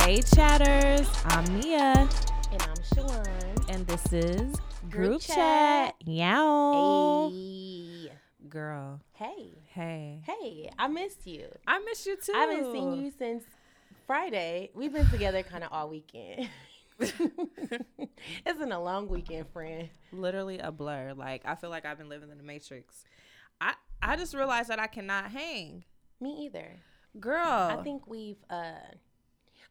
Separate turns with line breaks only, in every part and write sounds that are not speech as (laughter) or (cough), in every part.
Hey chatters, I'm Mia,
And I'm Shalon.
and this is Group
Group
Chat.
Chat.
Yow.
Hey.
Girl,
Hey.
hey.
Hey, I missed you.
I miss you too.
I haven't seen you since Friday. We've been together kind of all weekend. (laughs) it's been a long weekend, friend.
Literally a blur. Like I feel like I've been living in the matrix. I I just realized that I cannot hang.
Me either.
Girl,
Oh.
I think we've uh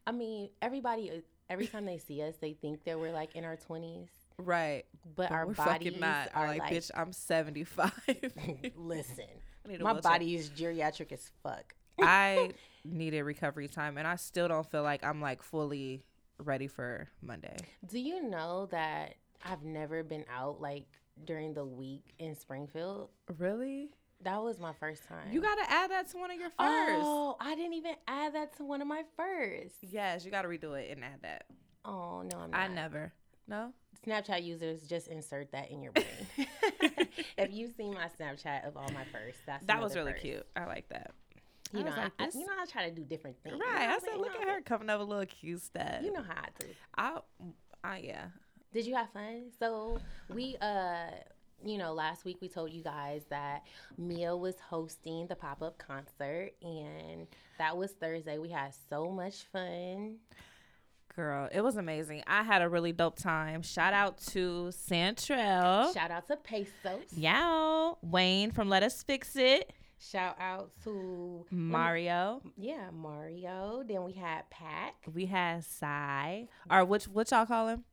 I mean, everybody is- every time they see us, they think that we're like in our 20s,
Right.
but, our
we're
bodies
fucking not.
are
like,
like,
bitch, I'm (laughs) 75.
(laughs) listen.
I need a
My
wheelchair.
body (laughs) is geriatric as fuck.
I needed recovery time, and I still don't feel like I'm like fully ready for Monday.
Do you know that I've never been out like during the week in Springfield?
Really?
That was my first time.
You gotta add that to one of your first.
Oh, I didn't even add that to one of my first.
Yes, you gotta redo it and add that.
Oh no, I'm not.
I never. No.
Snapchat users just insert that in
(laughs)
your brain. (laughs) if you've seen my Snapchat of all my firsts, that's
That was
another
really cute.
first.
I like that.
You
I
know,
was like,
I,
this-
you know, I try to do different things. You
Right.
know
I
what
said,
I'm
look
saying?
at her coming up with little cute stuff.
You know how I do.
I, I yeah.
Did you have fun? So we uh you know, last week we told you guys that Mia was hosting the pop up concert, and that was Thursday. We had so much fun.
Girl, it was amazing. I had a really dope time. Shout out to Santrell.
Shout out to Pesos.
Yow. Wayne from Let Us Fix It.
Shout out to um,
Mm-hmm. Mario.
yeah Mario. Then we had Pac,
We had Cy. Or which what y'all call him?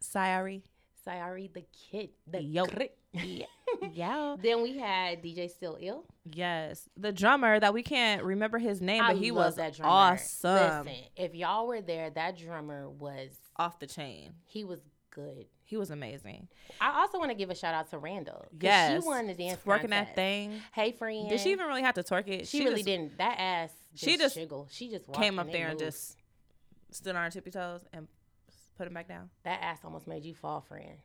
Sayari.
Sayari the Kid, the
Yo.
Crit.
(laughs) Yow.
Then we had DJ Still Ill.
Yes. The drummer that we can't remember his name,
I
but he
love
was
that drummer.
awesome.
Listen, if y'all were there, that drummer was
Off the chain.
he was good.
He was amazing.
I also want to give a shout out to Randall. 'cause
Yes.
she won the dance
Working
contest.
that thing.
Hey, friend.
Did she even really have to twerk it?
She, really
just
didn't. That ass. Just
she just
jiggled. She just walked
Came up
it
there and
moved.
just stood on her tippy toes and put him back
(laughs)
down.
that ass almost made you fall,
(laughs)
friend.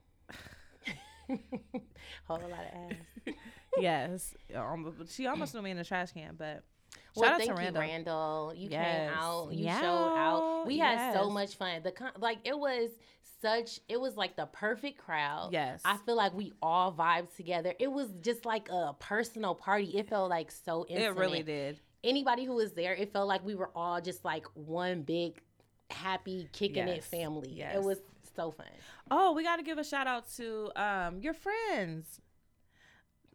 Whole lot of ass.
yes. Um, but she
(clears throat)
almost threw me in the trash can, but
Well,
shout out
thank
to Randall.
you, Randall. You
Yes.
came out. You
Yeah.
showed out. We had so
Yes.
much fun. The con- like it was such. It was like the perfect crowd.
Yes.
I feel like we all vibed together. It was just like a personal party. It felt like so intimate.
It really did.
anybody who was there, it felt like we were all just like one big happy kicking it
Yes,
family. It
yes.
was so fun.
Oh, we got to give a shout out to um, your friends.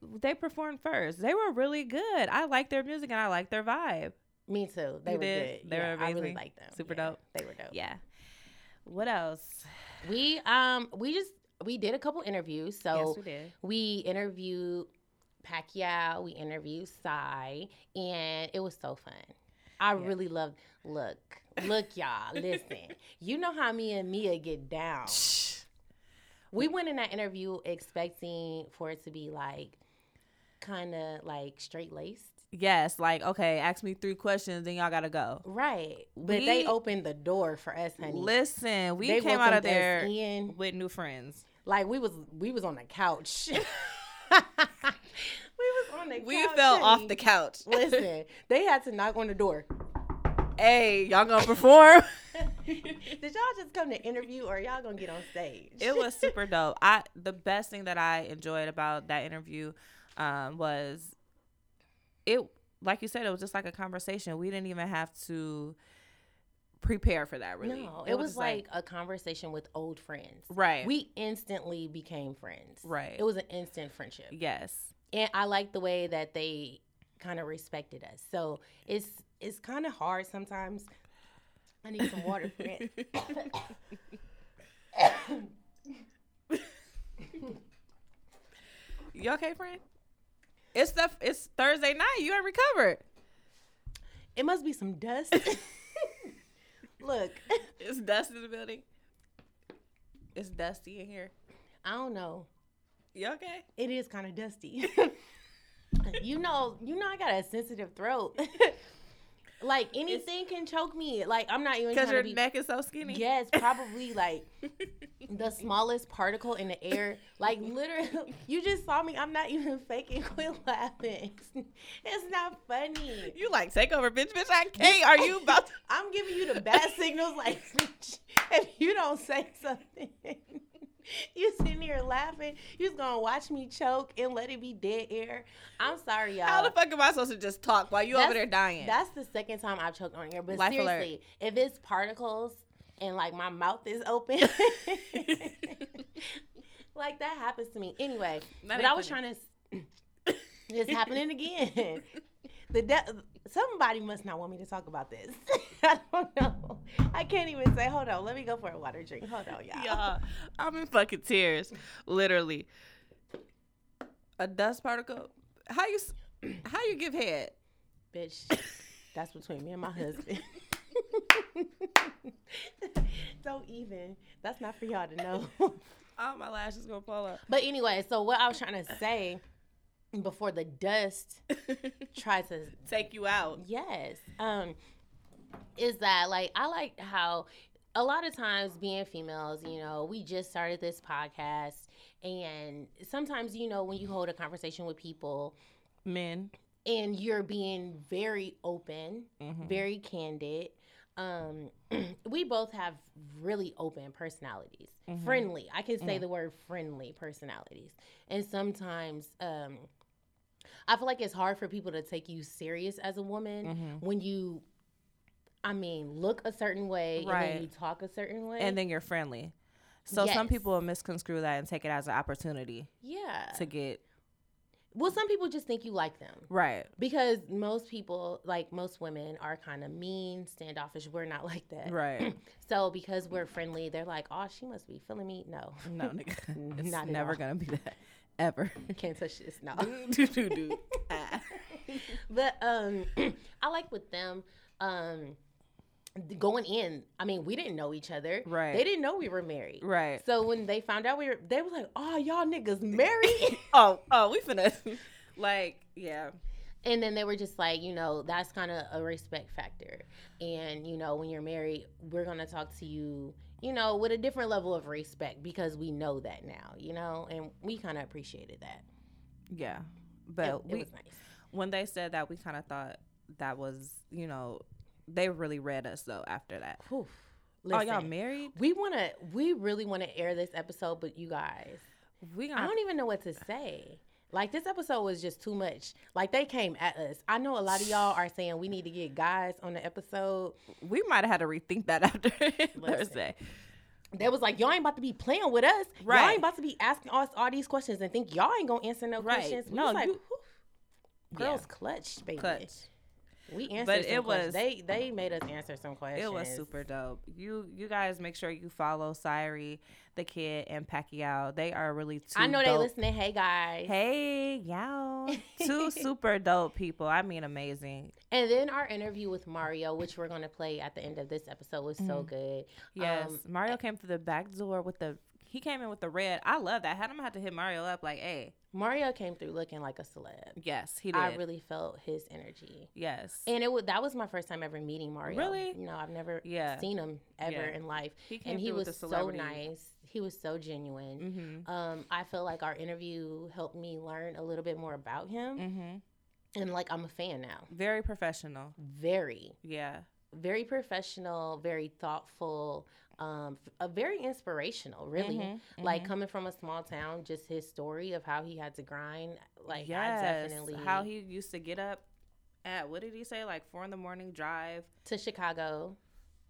They performed first. They were really good. I like their music and I like their vibe.
Me too. They
You
were
did?
good.
They were
yeah, I really
amazing?
liked them.
Super
Yeah,
dope?
They were dope.
Yeah. What else?
We um we just we did a couple interviews. So
yes, we did.
we interviewed Pacquiao, we interviewed Psy, and it was so fun. I
Yeah.
really loved look, look, y'all, listen. You know how me and Mia
(laughs)
get down. We went in that interview expecting for it to be like kind of like straight laced.
Yes, like okay, ask me three questions, then y'all gotta go.
Right. But they
We-
opened the door for us, honey.
Listen, we
they
came out of
welcomed us
there
in.
with new friends.
(laughs) Like we was we was on
(laughs)
the couch. we was on the
We
couch.
fell off
honey.
the couch.
Listen, they had to knock on the door.
(laughs)
(laughs)
hey, y'all gonna perform?
Did y'all just come to interview or y'all gonna get on stage?
it was super dope. I the best thing that I enjoyed about that interview um, was it like you said it was just like a conversation. We didn't even have to prepare for that really.
No, it, was,
just
like, a conversation with old friends.
right.
We instantly became friends.
Right.
It was an instant friendship.
yes.
And I like the way that they kind of respected us. So it's it's kind of hard sometimes. I need some water,
(laughs)
friend.
You okay, friend? It's the it's Thursday night. You ain't recovered.
It must be some dust. (laughs) Look, (laughs)
It's dust in the building. It's dusty in here.
I don't know.
You okay?
It is kind of (laughs) dusty. you know, you know, I got a sensitive throat. (laughs) Like anything can choke me. Like I'm not even
because
trying to
your
be.
neck is so skinny.
Yes, probably like the smallest particle in the air. Like literally, (laughs) you just saw me. I'm not even faking. (laughs) Quit laughing. It's, it's not funny.
(laughs) You like take over, bitch, bitch. I can't. Are you
(laughs)
about? To-
I'm giving you
(laughs)
the bad signals. Like if you don't say something. (laughs) You sitting here laughing. You just gonna watch me choke and let it be dead air. I'm sorry, y'all.
How the fuck am I supposed to just talk while you over
That's-
there dying?
That's the second time I've choked on air. But
Life alert.
seriously, if it's particles and like my mouth is
(laughs)
open, like that happens to me. Anyway,
That
but
ain't
I was
funny.
trying to. s- (coughs) it's
(laughs)
happening again. The de- somebody must not want me to talk about this. (laughs) I don't know. I can't even say. Hold on. Let me go for a water drink. Hold on, y'all.
Y'all, I'm in fucking tears, literally. A dust particle. How you? s- (clears throat) How you give head?
Bitch, that's between me and my
(laughs)
husband. (laughs) Don't even. That's not for y'all to know.
(laughs) Oh, my lash is gonna fall (laughs) up.
But anyway, so what I was trying to say before the dust tried to
Take you out.
yes, um, is that like I like how a lot of times being females, you know, we just started this podcast, and sometimes you know when you hold a conversation with people
Men.
and you're being very open,
Mm-hmm.
very candid. Um, (clears throat) we both have really open personalities,
Mm-hmm.
friendly. I can say
Mm.
the word friendly personalities, and sometimes um, I feel like it's hard for people to take you serious as a woman
Mm-hmm.
when you, I mean, look a certain way and
Right.
then you talk a certain way,
And then you're friendly. So some
Yes.
people will misconstrue that and take it as an opportunity
yeah.
to get
well, some people just think you like them.
right.
Because most people, like most women, are kind of mean, standoffish. We're not like
(clears throat)
that.
Right.
So because we're friendly, they're like, "Oh, she must be feeling me." No, (laughs)
No, nigga. (laughs) It's
Not at
never
all.
gonna be that. Ever.
can't touch this. No,
(laughs) do, do, do. Ah.
(laughs) but um, (clears throat) I like with them um th- going in. I mean, we didn't know each other.
Right.
They didn't know we were married.
Right.
So when they found out we were, they were like, "Oh, y'all
(laughs)
niggas married."
Oh, oh, we finna (laughs) like, yeah.
and then they were just like, you know, that's kind of a respect factor. And, you know, when you're married, we're going to talk to you, you know, with a different level of respect because we know that now, you know, and we kind of appreciated that.
Yeah.
It,
But
it
we
was nice.
when they said that we kinda thought that was, you know, they really read us though after that. Oh,
Whew.
y'all
Listen,
married?
we want to, we really want to air this episode, but you guys,
We
I
gonna
don't even know what to say. Like this episode was just too much. Like they came at us. I know a lot of y'all are saying we need to get guys on the episode.
we might have had to rethink that (laughs) after Thursday.
They was like, y'all ain't about to be playing with us. Y'all
Right.
ain't about to be asking us all these questions and think y'all ain't gonna answer no
Right.
questions. We
No,
was like,
you-
"Whew, girls clutched, baby.
Clutch.
We answered
But
some
it
questions.
was-
They they made us answer some questions.
It was super dope. You you guys make sure you follow Cyrie, the kid, and Pacquiao. They are really two.
I know they
dope-
listening. Hey guys.
Hey y'all,
(laughs)
two super dope people. I mean, amazing.
And then our interview with Mario, which we're gonna play at the end of this episode, was so good.
Yes,
Um,
Mario came through the back door with the. He came in with the red. I love that. Had him have to hit Mario up like, hey,
Mario came through looking like a celeb.
yes, he did.
I really felt his energy.
yes,
And it was that was my first time ever meeting Mario.
Really?
No, I've never
Yeah.
seen him ever
Yeah.
in life.
He came
and he
through with
was
the
so
celebrity.
nice. He was so genuine.
mm-hmm.
Um, I feel like our interview helped me learn a little bit more about him,
Mm-hmm.
and like I'm a fan now.
Very professional.
Very,
Yeah,
very professional, very thoughtful, um, f- a very inspirational. Really,
Mhm,
like
mhm.
coming from a small town, just his story of how he had to grind. Like,
yes.
I definitely
How he used to get up at what did he say? Like four in the morning drive.
to Chicago,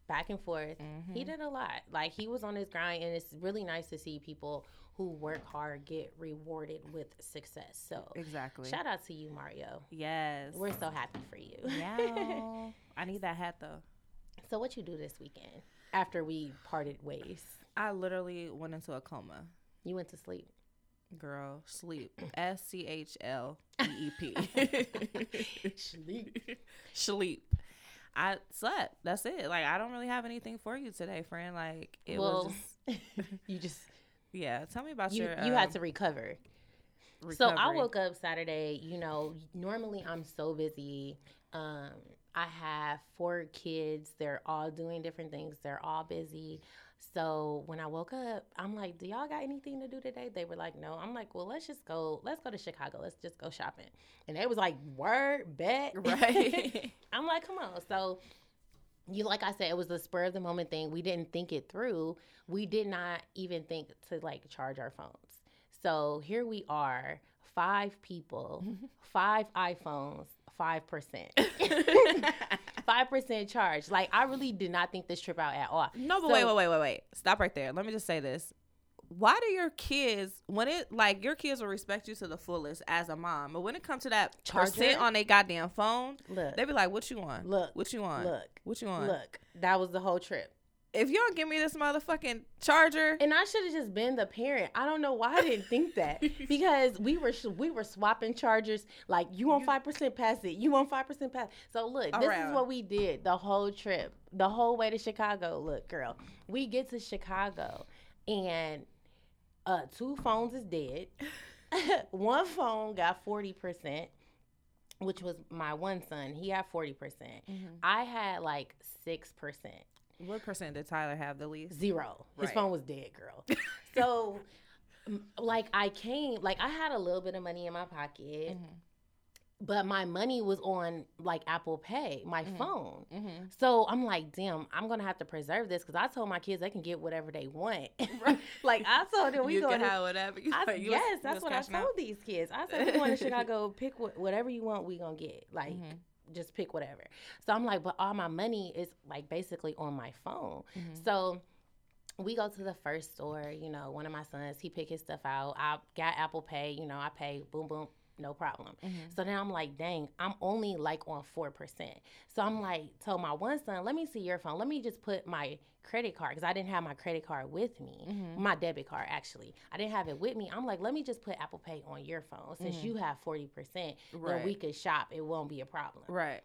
back and forth. Mm-hmm. He
Mhm.
did a lot. Like he was on his grind, and it's really nice to see people who work hard get rewarded with success. So
exactly.
shout out to you, Mario.
Yes.
We're
(laughs)
so happy for you.
Meow. I need that hat though.
(laughs) so what you do this weekend after we parted ways?
I literally went into a coma.
You went
(laughs)
to sleep. (laughs)
Girl, sleep.
(coughs)
S C H L E E
(laughs)
P.
Sleep.
(laughs) Sleep. I slept. That's it. Like I don't really have anything for you today, friend. Like it
Well,
was just
you just
yeah. Tell me about
you,
your
you had
um,
to recover. So I
recovery. (laughs)
woke up Saturday, you know, normally I'm so busy. Um, I have four kids. They're all doing different things. They're all busy. So when I woke up, I'm like, "Do y'all got anything to do today?" They were like, "No." I'm like, "Well, let's just go. Let's go to Chicago. Let's just go shopping." And they was like, "Word, bet." (laughs)
Right.
I'm like, "Come on." So you like I said, it was the spur of the moment thing. We didn't think it through. We did not even think to like charge our phones. So here we are, five people, (laughs) five iPhones, five (laughs) percent. Five percent charge. Like I really did not think this trip out at all.
No, but
So-
wait, wait, wait, wait, wait. Stop right there. Let me just say this. Why do your kids when it like your kids will respect you to the fullest as a mom, but when it comes to that
Charger?
percent on their goddamn phone,
Look,
they be like, "What you on?
Look,
what you on?
look,
what you on?
look, that was the whole trip.
If you don't give me this motherfucking charger,
And I should have just been the parent. I don't know why I didn't think that because we were we were swapping chargers. Like you want five percent, pass it. You want five percent, pass. So look, this
Around.
is what we did the whole trip, the whole way to Chicago. Look, girl, we get to Chicago, and uh, two phones is dead. (laughs) one phone got forty percent, which was my one son. He had forty percent. I had like six percent
mm-hmm. what percent did Tyler have the least?
zero. His
Right.
phone was dead, girl. so, m- like, I came, like, I had a little bit of money in my pocket,
Mm-hmm,
but my money was on like Apple Pay, my
Mm-hmm.
phone. (laughs)
Mhm.
So I'm like, damn, I'm gonna have to preserve this because I told my kids they can get whatever they want. (laughs) like I told them
(laughs)
we
you
going
can
to
have whatever. You,
I,
want. (laughs) You was-
yes,
you
that's
was
what I
cashing
told
out.
these kids. I said, "We going to
(laughs)
Chicago. Pick wh- whatever you want. We gonna get like
Mm-hmm.
just pick whatever." So I'm like, "But all my money is like basically on my phone."
Mm-hmm,
Mm-hmm.
So we go to the first store. You know, one of my sons he pick his stuff out. I got Apple Pay. You know, I pay. Boom, boom. No problem.
Mm-hmm.
So then I'm like, dang, I'm only like on 4%. So I'm like, told my one son, let me see your phone. Let me just put my credit card, because I didn't have my credit card with me,
mm-hmm.
my debit card actually. I didn't have it with me. I'm like, let me just put Apple Pay on your phone since you have 40%. Then we
Right.
could shop. It won't be a problem.
Right.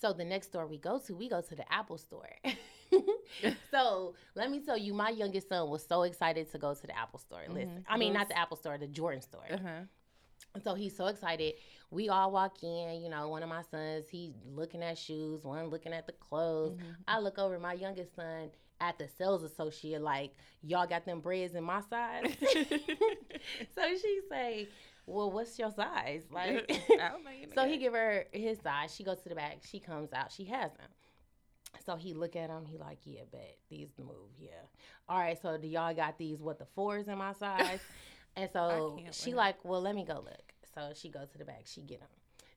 So the next store we go to, we go to the Apple store. (laughs) so let me tell you, my youngest son was so excited to go to the Apple store. Listen, I mean, not the Apple store, the Jordan store.
Uh-huh.
Uh-huh.
And So he's so excited. We all walk in, you know, one of my sons, he's looking at shoes, one looking at the clothes. I look over my youngest son at the sales associate, like, y'all got them breads in my size. (laughs) so she say, Well, what's your size? Like
(laughs)
(laughs)
(laughs)
I don't know, you
So
know.
he give her his size. She goes to the back. She comes out. She has them. So he look at him. He like, yeah, bet these the move. Yeah. All right. So do y'all got these? What the fours in my size? and so
can't
she
with
like, well, let me go look. So she goes to the back. She get them.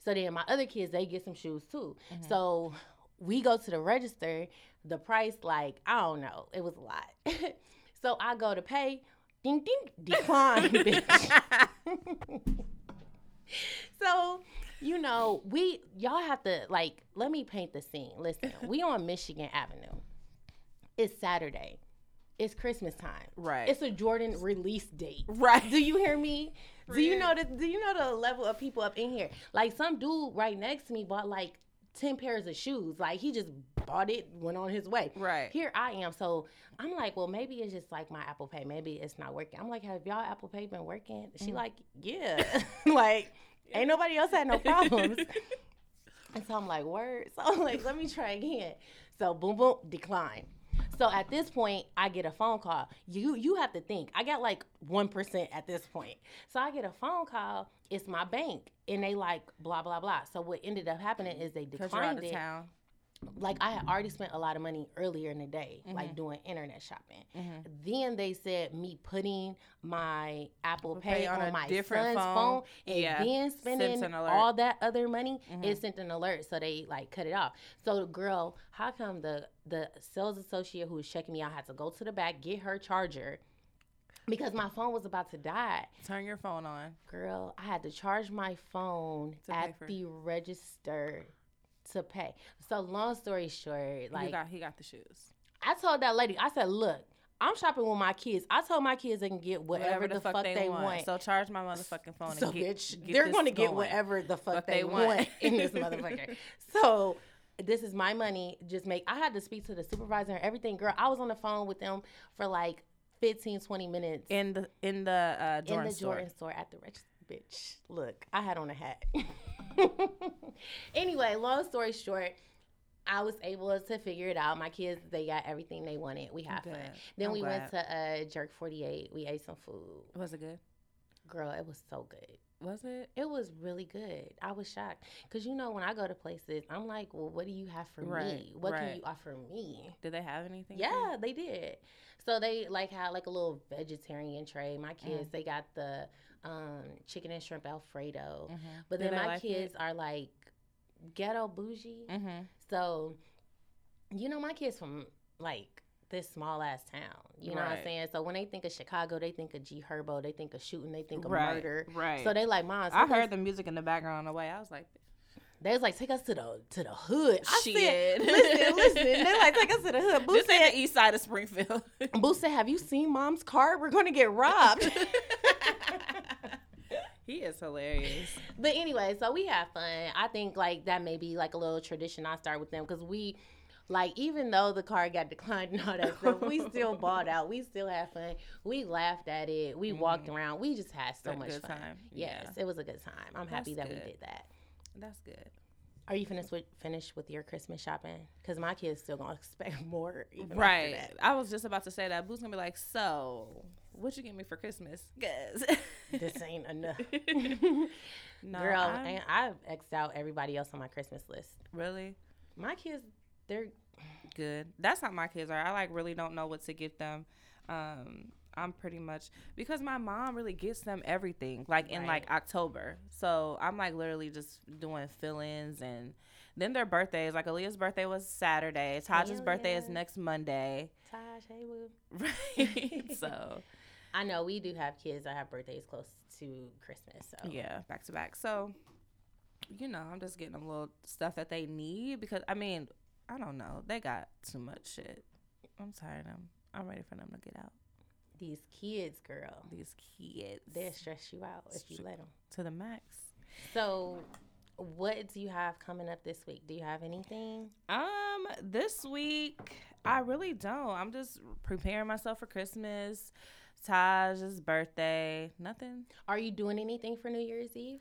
So then my other kids they get some shoes too. So we go to the register. The price like I don't know. It was a lot. (laughs) so I go to pay. Ding ding
(laughs)
decline, (laughs) bitch. (laughs) So, you know, we y'all have to like let me paint the scene. Listen, we on Michigan Avenue. It's Saturday. It's Christmas time.
Right.
It's a Jordan release date.
Right.
(laughs) Do you hear me? Do you know the do you know the level of people up in here? Like some dude right next to me bought like 10 pairs of shoes. Like he just bought it, went on his way.
Right.
Here I am. So I'm like, well, maybe it's just like my Apple Pay. Maybe it's not working. I'm like, have y'all Apple Pay been working? She like, yeah. (laughs) like, ain't nobody else had no problems. And so I'm like, word. (laughs) So I'm like, let me try again. So boom, boom, decline. So at this point, I get a phone call. You you have to think. I got like one percent at this point. So I get a phone call. It's my bank, and they like blah blah blah. So what ended up happening is they
Cause you're out
declined
of
it.
town.
Like I had already spent a lot of money earlier in the day,
Mm-hmm.
like doing internet shopping. Then they said me putting my Apple Pay,
Pay on
on,
a
my
different
son's
phone.
phone, and
Yeah.
then spending
an alert. Mm-hmm.
all all that other money, it sent an alert. So they like cut it off. So the girl, how come the the sales associate who was checking me out had to go to the back, get her charger? Because my phone was about to die.
Turn your phone on.
Girl, I had to charge my phone
To pay
at
for it.
the register to pay. So long story short,
He
like
got he got the shoes.
I told that lady, I said, look, I'm shopping with my kids. I told my kids they can get whatever, the, fuck, they, want.
So charge my motherfucking phone.
So
and get,
bitch,
get
they're
this
going to get
going.
whatever the fuck,
they
they,
want.
want.
(laughs)
in this motherfucker. So this is my money. Just make. I had to speak to the supervisor and everything. Girl, I was on the phone with them for like 15, 20 minutes
in the in the uh, Jordan
in the
store.
Jordan store at the register. bitch. Look, I had on
(laughs)
a hat. anyway, long story short, I was able to figure it out. My kids, they got everything they wanted. We had fun.
Good.
Then
I'm
we went to uh, Jerk 48. We ate some food.
Was it good?
Girl, it was so good.
Was it?
It was really good. I was shocked because you know when I go to places, I'm like, well, what do you have for me?
Right,
What
right.
can you offer me?
Did they have anything? for you?
Yeah, they did. So they like had like a little vegetarian tray.
Mm.
My kids, they got the um, chicken and shrimp alfredo.
Mm-hmm.
Mhm.
But
Do
then
they
my
like it?
kids are like ghetto bougie.
Mm-hmm.
Mhm.
So, you know, my kids from like this small ass town. You know what I'm
Right.
saying? So when they think of Chicago, they think of G Herbo, they think of shooting, they think of
Right,
murder.
right.
So they like, Mom,
I heard the music in the background on the way. I was like,
they was like, take us to the to the hood. I
Shit.
said, listen, listen. They like, take us to the (laughs) hood. Boo
"This
said,
ain't the east side of
(laughs)
Springfield."
Boo said, have you seen Mom's car? We're gonna get
(laughs)
robbed. (laughs)
he is hilarious.
but anyway, so we had fun. I think like that may be like a little tradition I start with them because we. Like even though the car got (laughs) declined and all that stuff, we
(laughs)
still balled out. We still had fun. We laughed at it. We walked around. We just had
Mm-hmm.
so
Had a
much
good
fun.
time.
Yes, it was a good time. I'm happy
That's
that we
good.
did that.
That's good.
Are you finished with finished with your Christmas shopping? Because my kids still gonna (laughs) expect more. Even
Right.
After that.
I was just about to say that. Boo's gonna be like, "So, what you get me for Christmas?" (laughs) Cause
this ain't enough.
(laughs)
(laughs)
no,
Girl,
I'm-
and I've X'd out everybody else on my Christmas list.
really
My kids, they're
good. That's how my kids are. I like really don't know what to get them. Um, I'm pretty much because my mom really gets them everything like in like October. So I'm like literally just doing fill-ins and then their birthdays. Like Aaliyah's birthday was Saturday. Taj's
Hell
birthday is
yeah.
next Monday. (laughs)
Taj, hey woo.
Right.
(laughs)
so
I know we do have kids that have birthdays close to Christmas. So
yeah, back to back. So you know, I'm just getting them little stuff that they need because I mean, I don't know. They got too much shit. I'm tired of them. I'm ready for them to get out.
these kids, girl,
these kids
they stress you out if you let them.
to the max.
So, what do you have coming up this week? Do you have anything?
Um, this week I really don't. I'm just preparing myself for Christmas, Taj's birthday, nothing.
Are you doing anything for New Year's Eve?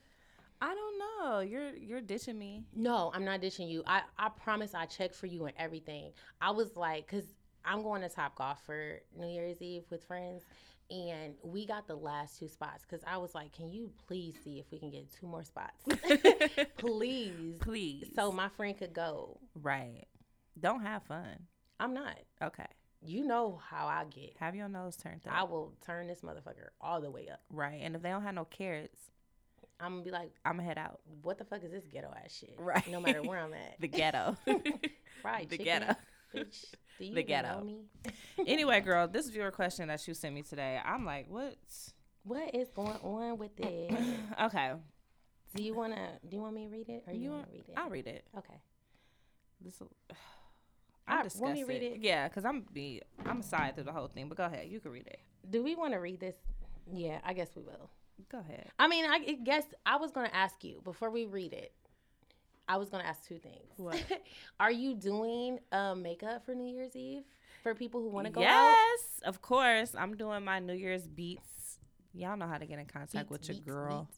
I don't know. You're you're ditching me.
No, I'm not ditching you. I, I promise I checked for you and everything. I was like, because I'm going to Top Golf for New Year's Eve with friends. And we got the last two spots because I was like, can you please see if we can get two more (laughs) spots? please.
(laughs) Please.
So my friend could go.
right. Don't have fun.
I'm not.
Okay.
You know how I get.
Have your nose turned up.
I will turn this motherfucker all the way up.
right. And if they don't have no carrots,
I'm going to be like,
I'ma head out.
what the fuck is this ghetto ass shit?
Right.
No matter where I'm at.
(laughs) The ghetto.
Fried
(laughs) the
chicken,
ghetto.
Bitch,
(laughs)
do you
The
even know
ghetto.
me?
anyway, girl, this viewer question that you sent me today, I'm like, (coughs) what?
What is going on with this?
(coughs) Okay.
Do you wanna? Do you want me to read it, or you,
You
wanna
want-
read it?
I'll read it.
Okay.
This. (sighs)
I-
I'm
want me
disgusted.
to read it?
Yeah, because I'm be I'm side through the whole thing. But go ahead, you can read it.
Do we want to read this? Yeah, I guess we will.
Go ahead.
I mean, I I guess I was gonna ask you before we read it. I was gonna ask two things.
What?
(laughs) Are you doing uh, makeup for New Year's Eve for people who want to go out?
yes, of course. I'm doing my New Year's beats. Y'all know how to get in contact
Beats,
with your
beats,
girl.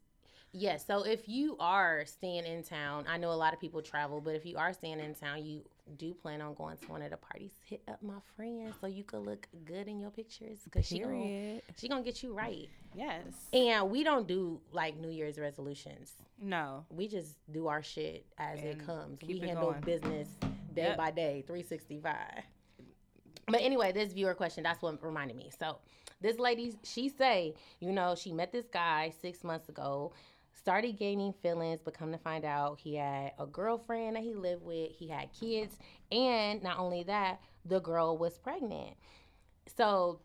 Yes. So if you are staying in town, I know a lot of people travel, but if you are staying in town, you do plan on going to one of the parties. Hit up my friend so you could look good in your pictures because she gonna,
Period.
she gonna get you right.
Yes.
And we don't do like New Year's resolutions.
No.
We just do our shit as it
And
comes. We
keep it
handle
going.
business day
Yep.
by day, 365. But anyway, this viewer question, that's what reminded me. So this lady, she say, you know, she met this guy six months ago, started gaining feelings, but come to find out he had a girlfriend that he lived with, he had kids, and not only that, the girl was pregnant. So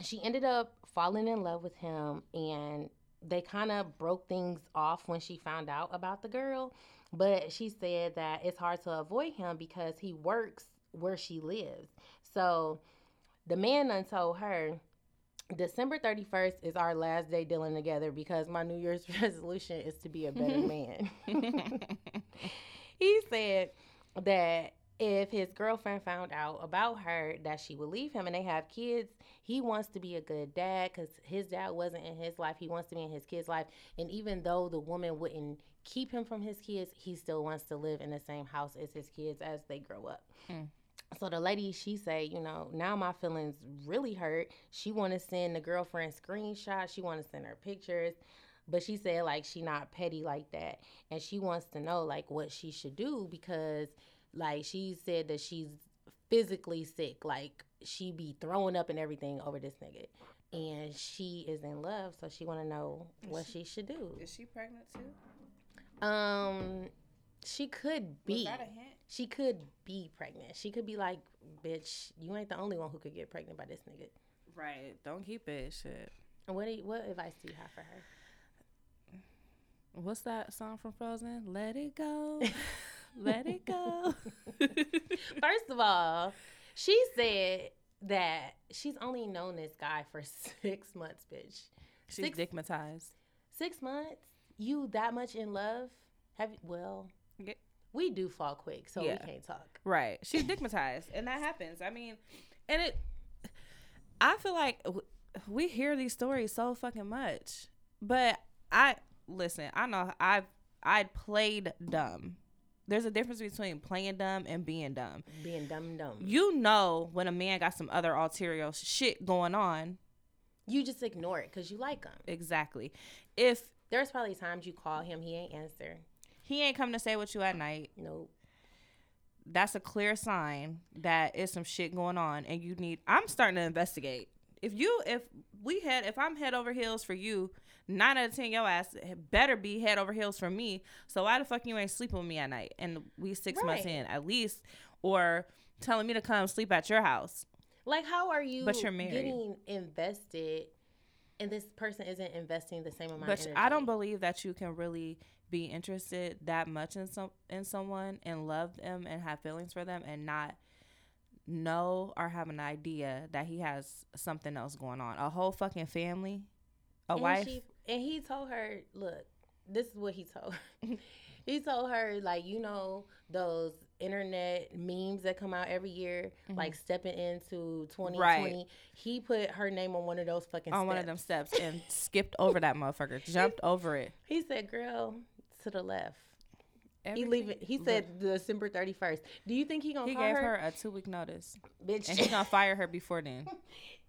she ended up falling in love with him and they kind of broke things off when she found out about the girl but she said that it's hard to avoid him because he works where she lives so the man done told her december 31st is our last day dealing together because my new year's (laughs) resolution is to be a better man he said that if his girlfriend found out about her that she would leave him and they have kids, he wants to be a good dad because his dad wasn't in his life. He wants to be in his kid's life. And even though the woman wouldn't keep him from his kids, he still wants to live in the same house as his kids as they grow up.
Mm.
So the lady, she say, you know, now my feelings really hurt. She want to send the girlfriend screenshots. She want to send her pictures, but she said like she not petty like that, and she wants to know like what she should do because like she said that she's physically sick. Like she be throwing up and everything over this nigga, and she is in love, so she want to know what she should do.
Is she pregnant too?
Um, she could be.
Was that a hint?
She could be pregnant. She could be like, bitch, you ain't the only one who could get pregnant by this nigga.
Right.
Don't keep it. Shit.
And What do you, what advice do you have for her?
What's that song from Frozen? Let it
(laughs)
go. (laughs) Let it go.
First of all, she said that she's only known this guy for six months, bitch.
She's
Six-
stigmatized.
Six months? You that much in love? Have you, well,
Yeah.
we do fall quick, so
Yeah.
we can't talk.
Right. She's stigmatized. And that happens. I mean, and it, I feel like w- we hear these stories so fucking much. But I, listen, I know I've, I played dumb. There's a difference between playing dumb and being dumb.
Being dumb dumb.
You know when a man got some other ulterior shit going on.
You just ignore it because you like him.
Exactly. If
There's probably times you call him, he ain't answer.
he ain't come to stay with you at night,
Nope.
that's a clear sign that it's some shit going on and you need I'm starting to investigate. If you if we had if I'm head over heels for you, nine out of ten your ass better be head over heels for me. So why the fuck you ain't sleeping with me at night? And we six months
Right.
in at least or telling me to come sleep at your house.
Like, how are you?
But you're married.
Getting invested, and this person isn't investing the same amount.
But
of energy.
I don't believe that you can really be interested that much in some in someone and love them and have feelings for them and not know or have an idea that he has something else going on. A whole fucking family, a
and
wife.
She, and he told her, "Look, this is what he told.
(laughs)
her. (laughs) he told her like, you know, those internet memes that come out every year, like stepping into 2020.
Mm-hmm. Right.
He put her name on one of those fucking.
on one of
steps.
them steps and skipped over that
(laughs)
motherfucker, jumped over it.
He said, "Girl, to the left." He
Everything-
leaving. He said December thirty first. Do you think he gonna
he
call
gave
her?
her a two week notice,
Bitch,
and he gonna fire her before then.
(laughs)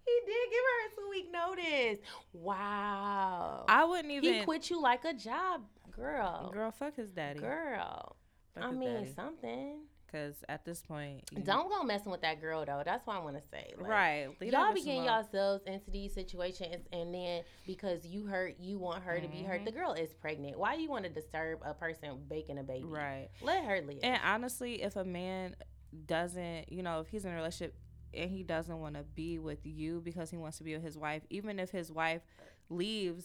He did give her a two week notice. Wow.
I wouldn't even.
he quit you like a job, girl. Girl.
Girl, fuck his daddy. Fuck
I
his
mean,
daddy.
something.
because at this point, you-
Don't go messing with that girl, though. That's what I want to say. Like,
right? leave that
y'all
bitch
be getting
alone.
yourselves into these situations, and then because you hurt, you want her to be hurt.
Mm-hmm.
The girl is pregnant. Why you want to disturb a person baking a baby?
right.
Let her live.
And honestly, if a man doesn't, you know, if he's in a relationship and he doesn't want to be with you because he wants to be with his wife, even if his wife leaves,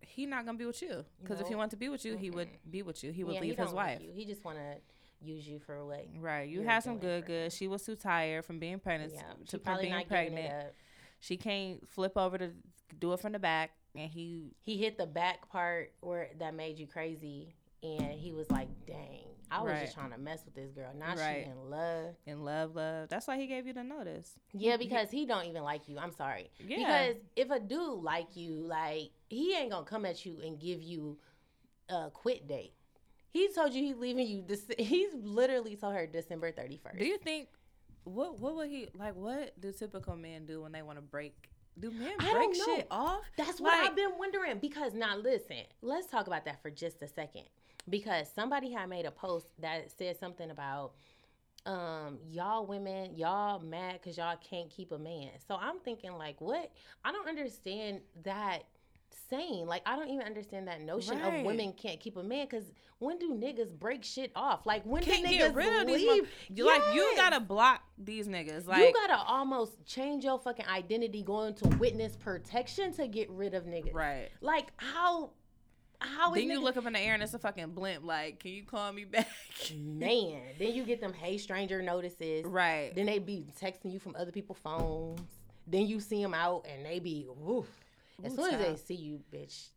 he not gonna be with you. Because if he
Nope.
wanted to be with you, he would be with you. He would
Yeah, he
leave
don't
his
want
wife.
you. He just want to use you for what?
Right. You
You're
had some
doing it
good,
for
good. She was too tired from being pregnant
Yeah,
to
she
from
probably
being
not pregnant.
pregnant. She can't flip over to do it from the back, and he
he hit the back part where that made you crazy and he was like dang i was just trying to mess with this girl now
Right.
she in love
in love, love. That's why he gave you the notice.
yeah because he don't even like you i'm sorry
Yeah.
because if a dude like you like he ain't gonna come at you and give you a quit date he told you he's leaving you this (laughs) he's literally told her december 31st
Do you think what what would he like? What do typical men do when they want to break? Do men
I
break
don't know.
shit off?
That's what
Like-
I've been wondering. Because now, listen, let's talk about that for just a second. Because somebody had made a post that said something about um y'all women y'all mad because y'all can't keep a man so i'm thinking like what i don't understand that saying like i don't even understand that notion
Right.
of women can't keep a man because when do niggas break shit off like when
Can't
do niggas
get rid of these. Mo-
leave
you Like you
Yes.
gotta block these niggas. Like
you gotta almost change your fucking identity going to witness protection to get rid of niggas
right.
like how how is
Then you
niggas-
look up in the air and it's a fucking blimp. Like, can you call me back?
(laughs)
(laughs)
man then you get them hey stranger notices
right.
then they be texting you from other people's phones then you see them out and they be woof as
Ooh,
soon as they
child.
see you bitch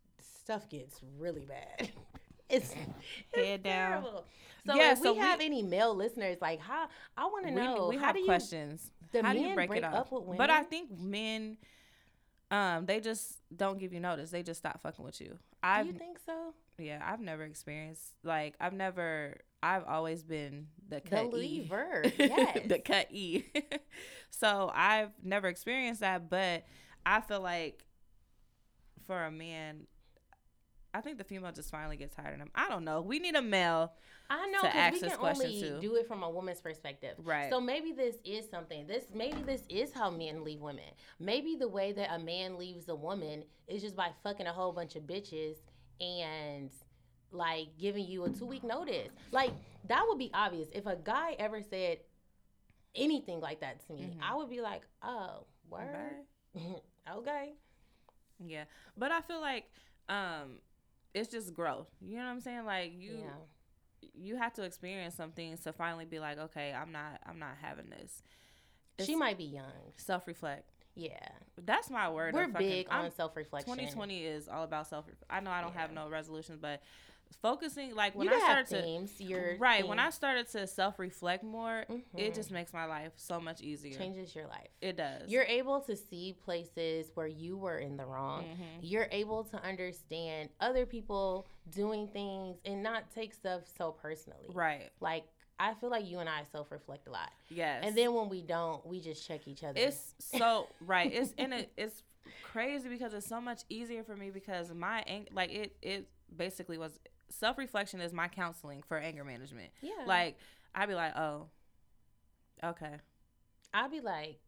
stuff gets really bad (laughs)
(laughs)
It's,
Head down.
terrible. So
Yeah,
if
so
we
we-
have any male listeners, like how I want to
We,
know
we
how
have
do you
questions.
the
How do
men
you break,
break
it off?
up with
But I
women?
think men, um, they just don't give you notice. They just stop fucking with you.
do
I've
you think so?
yeah, I've never experienced like I've never. I've always been the
The
cut E. (laughs)
lever, yes.
the cut E. (laughs) so I've never experienced that, but I feel like for a man, I think the female just finally gets tired of them. I don't know. We need a male.
I know
to
because
ask
we
this
can
question
only
too.
do it from a woman's perspective,
Right.
So maybe this is something. This maybe this is how men leave women. Maybe the way that a man leaves a woman is just by fucking a whole bunch of bitches and like giving you a two week notice. Like that would be obvious if a guy ever said anything like that to me.
Mhm.
I would be like, oh, word, okay.
Yeah, but I feel like um, it's just growth. You know what I'm saying? Like you,
yeah.
you have to experience some things to finally be like, okay, I'm not, I'm not having this.
She might be young.
Self reflect.
Yeah,
That's my word. of
we're
fucking-
big
I'm
on self reflection.
2020 is all about self. I know I don't have
Yeah.
no resolutions, but focusing like when
you
I
can have
started to
themes. your
right when I
themes.
started to self reflect more,
Mhm.
it just makes my life so much easier.
changes your life.
It does.
You're able to see places where you were in the wrong.
Mhm.
You're able to understand other people doing things and not take stuff so personally.
right.
Like I feel like you and I self reflect a lot.
Yes.
And then when we don't, we just check each other.
It's so right. It's and
(laughs)
it, it's crazy because it's so much easier for me because my ang- like it it basically was self reflection is my counseling for anger management.
yeah.
Like I'd be like, oh, okay,
I'd be like,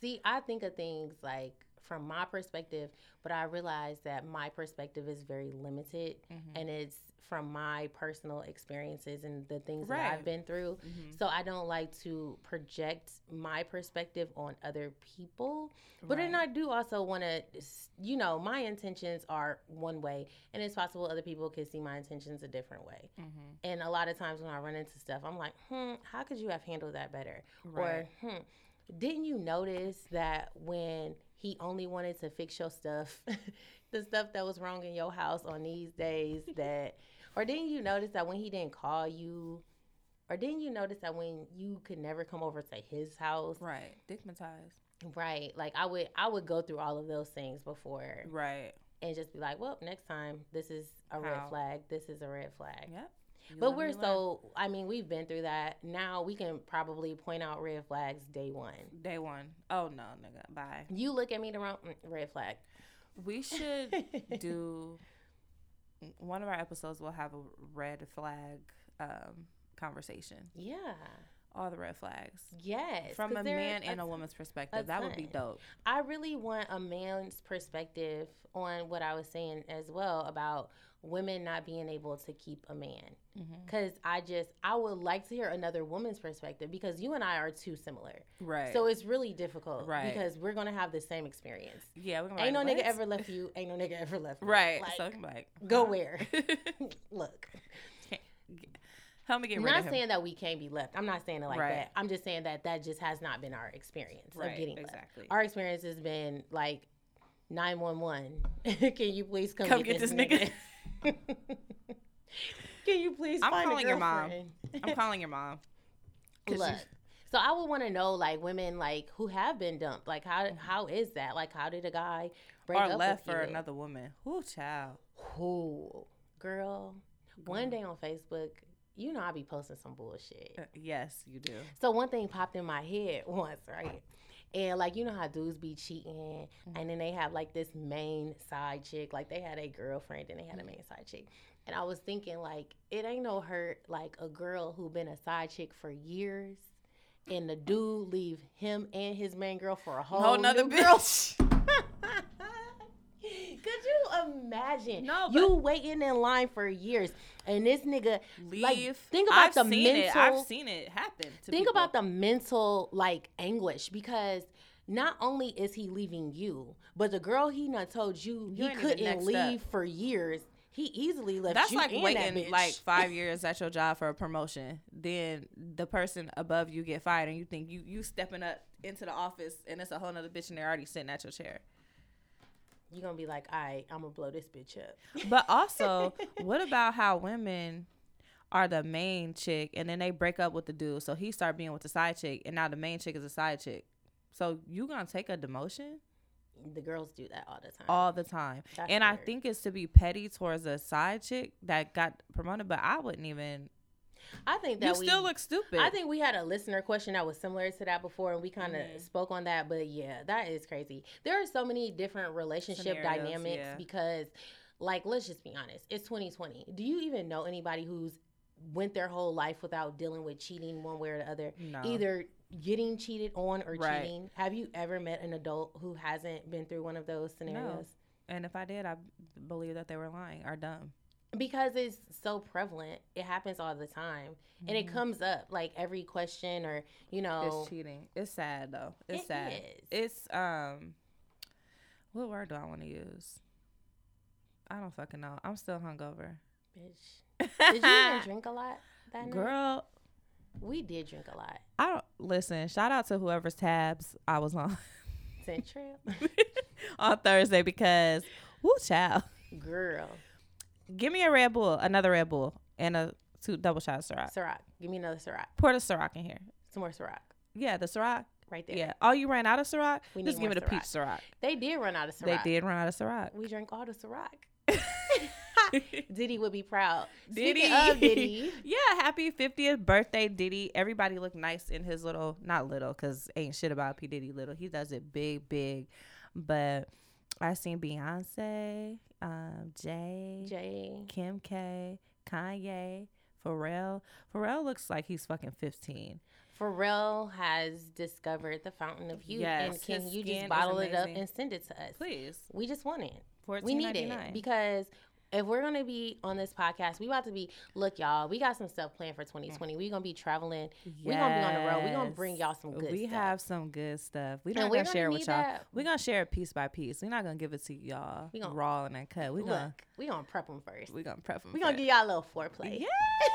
see, I think of things like from my perspective, but I realize that my perspective is very limited
Mhm.
and it's from my personal experiences and the things that I've
Right.
been through.
Mhm.
So I don't like to project my perspective on other people. But then I do also want to, you know, my intentions are one way, and it's possible other people could see my intentions a different way.
Mhm.
And a lot of times when I run into stuff, I'm like, hmm, how could you have handled that better?
right,
Or, hmm, didn't you notice that when he only wanted to fix your stuff, (laughs) the stuff that was wrong in your house on
(laughs)
these days, that, or didn't you notice that when he didn't call you, or didn't you notice that when you could never come over to his house?
right, stigmatized,
Right. Like I would, I would go through all of those things before
right,
and just be like, well, next time, this is a red
How?
flag. This is a red flag.
yep. You
But
live
we're
and you learn.
so, I mean, we've been through that. Now we can probably point out red flags day one.
day one. Oh no, nigga, bye.
You look at me the wrong mm, red flag.
We should (laughs)
(laughs)
do one of our episodes. will have a red flag um, conversation.
yeah.
All the red flags.
Yes.
from
'cause
a
there
man
are
and a woman's perspective. That would be
ton.
dope.
I really want a man's perspective on what I was saying as well about women not being able to keep a man. Because I just, I would like to hear another woman's perspective because you and I are too similar.
Right.
So it's really difficult
Right.
because we're going to have the same experience.
yeah, we're gonna
ain't no
like,
nigga
what?
ever left you. Ain't no nigga
(laughs)
ever left. me.
Right.
Like,
so I'm like,
go
huh?
where? (laughs) Look.
(laughs) Help me get
I'm
rid of
not
him.
saying that we can't be left. I'm not saying it like
Right.
that. I'm just saying that that just has not been our experience
right.
of getting left.
exactly.
Our experience has been like 911. (laughs) Can you please come,
Come get this
nigga? (laughs) Can you please
I'm
find a
calling your mom.
girlfriend? (laughs)
I'm calling your mom. 'Cause
Look.
she's-
So I would want to know, like, women like who have been dumped, like how how is that? Like, how did a guy break
Mm-hmm. or
up
left
with
for
you?
another woman. Who child?
Who, girl? One
Mm-hmm. Mm.
day on Facebook, you know I be posting some bullshit.
Uh, Yes, you do.
So one thing popped in my head (laughs) once, right? And like you know how dudes be cheating,
Mm-hmm.
and then they have like this main side chick, like they had a girlfriend and they
Mm-hmm.
had a main side chick. And I was thinking like it ain't no hurt like a girl who been a side chick for years, and the dude leave him and his main girl for a whole,
Whole nother (laughs)
new
bitch.
(laughs) Could you imagine?
No, but-
you waiting in line for years, and this nigga
Leave.
Like, think about
I've
the
seen It.
mental-
I've seen it happen. To
think
people.
about the mental like anguish because not only is he leaving you, but the girl he not told you,
You
he
ain't even
couldn't
next
leave
up.
for years. He easily left
That's
you
like
and that
waiting
bitch.
like five years at your job for a promotion. Then the person above you get fired, and you think you you stepping up into the office, and it's a whole nother bitch, and they're already sitting at your chair.
You're gonna be like, all right, I'm gonna blow this bitch
(laughs)
up.
But
(laughs)
also, what about how women are the main chick and then they break up with the dude, so he start being with the side chick, and now the main chick is a side chick. So you gonna take a demotion
The girls do that all the time.
all the time,
That's
and I
weird.
think it's to be petty towards a side chick that got promoted. But I wouldn't even.
I think
You
that we
still look stupid.
I think we had a listener question that was similar to that before, and we kind of
Mm-hmm.
spoke on that. But yeah, that is crazy. There are so many different relationship
Scenarios,
dynamics
yeah.
because, like, let's just be honest. It's 2020. Do you even know anybody who's went their whole life without dealing with cheating one way or the other?
no.
Either getting cheated on or
Right.
cheating. Have you ever met an adult who hasn't been through one of those scenarios?
and if I did, I believe that they were lying or dumb.
because it's so prevalent it happens all the time and
Mm-hmm.
it comes up like every question or you know
It's cheating. It's sad though. It's
It
sad.
is.
It's um what word do I want to use? I don't fucking know. I'm still hungover.
bitch did you
(laughs)
even drink a lot that night
Girl,
we did drink a lot
I don't listen, shout out to whoever's tabs I was on (laughs)
central
on Thursday because woo child.
girl
Give me a Red Bull, another Red Bull, and a two double shot of Ciroc.
Ciroc give me another Ciroc
Pour the Ciroc in here.
some more Ciroc
Yeah, the Ciroc.
right there
Yeah. Oh, you ran out of Ciroc?
We
Just
need
give it
more
a peach Ciroc.
they did run out of
They
Ciroc
did run out of Ciroc. (laughs)
(laughs) we drank all the Ciroc Diddy would be proud
Diddy.
Speaking
(laughs)
of Diddy
Yeah, happy 50th birthday, Diddy. Everybody look nice in his little, not little, because ain't shit about P. Diddy little. He does it big, big. But I seen Beyonce, um, Jay,
Jay
Kim K, Kanye, Pharrell. Pharrell looks like he's fucking 15.
Pharrell has discovered the fountain of youth and
Yes,
can
his
you
skin
just
is
bottle it up
amazing.
and send it to us
Please.
We just want it. We
$14.99.
need it because if we're gonna be on this podcast, we about to be. Look, y'all, we got some stuff planned for 2020. We gonna be traveling. We gonna be on the road. We gonna bring y'all some good.
we
stuff.
have some good stuff. We don't
we're
gonna
gonna
share it
need
with y'all.
that.
We're gonna share it piece by piece. We're not gonna give it to y'all
We gonna-
raw and uncut. We're gonna
Look, we gonna prep them first.
we're gonna prep them.
We gonna give y'all a little foreplay.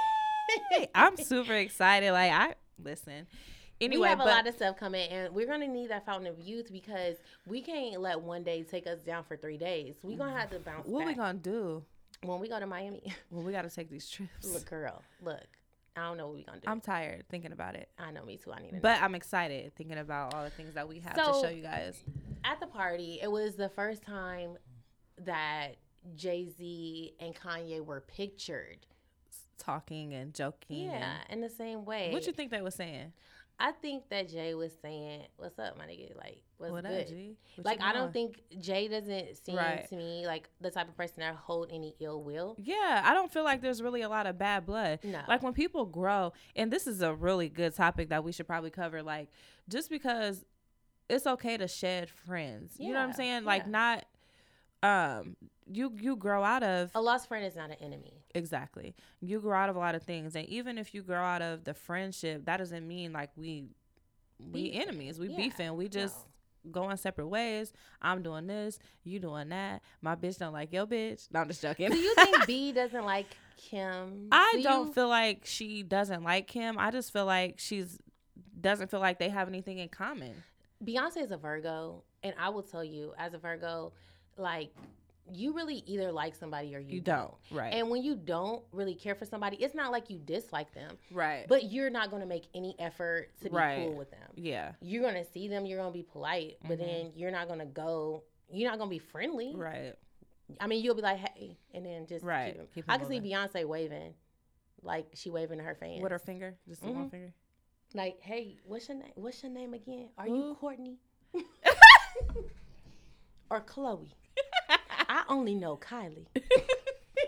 (laughs)
Yay! I'm super excited. Like I listen. Anyway,
we have
but
a lot of stuff coming, and we're gonna need that fountain of youth because we can't let one day take us down for three days. We gonna have to bounce
what
back
we gonna do?
when we go to Miami. (laughs)
Well, we gotta take these trips.
look, girl, look. I don't know what we gonna
(laughs)
do.
I'm tired thinking about it,
i know, me too. I need to
but I'm excited thinking about all the things that we have
So-
to show you guys.
at the party, it was the first time that Jay Z and Kanye were pictured.
Talking and joking.
Yeah, in the same way.
and- Mm-hmm. What you think they were saying?
I think that Jay was saying, "What's up, my nigga? Like, what's
What up,
good?"
G? What
like,
you
I don't
doing?
think Jay doesn't seem
Right.
to me like the type of person that hold any ill will.
Yeah, I don't feel like there's really a lot of bad blood.
No.
Like when people grow, and this is a really good topic that we should probably cover. Like just because it's okay to shed friends, you know what I'm
Yeah,
saying? Like
yeah.
not, um, you you grow out of
A lost friend is not an enemy.
exactly you grow out of a lot of things, and even if you grow out of the friendship, that doesn't mean like we we
Beefing.
enemies. We
Yeah,
beefing. We just going separate ways. I'm doing this, you doing that. My bitch don't like your bitch. No, I'm just joking.
Do (laughs) you
(laughs)
think B doesn't like Kim?
I
Do
don't
you-
feel like she doesn't like him. I just feel like she's doesn't feel like they have anything in common.
Beyonce is a Virgo, and I will tell you, as a Virgo, like you really either like somebody or you,
You don't, right?
And when you don't really care for somebody, it's not like you dislike them,
right.
but you're not going to make any effort to be
Right.
cool with them.
yeah.
You're going to see them, you're going to be polite, but
Mhm.
then you're not going to go. You're not gonna be friendly.
Right.
I mean, you'll be like, "Hey," and then just
Right.
Keep it-
Keep it
I can see Beyonce waving, like she waving to her fans.
With her finger, just the one finger.
like, "Hey, what's your name? What's your name again? Are
Who?
you (laughs) Courtney or Chloe?" I only know Kylie. (laughs)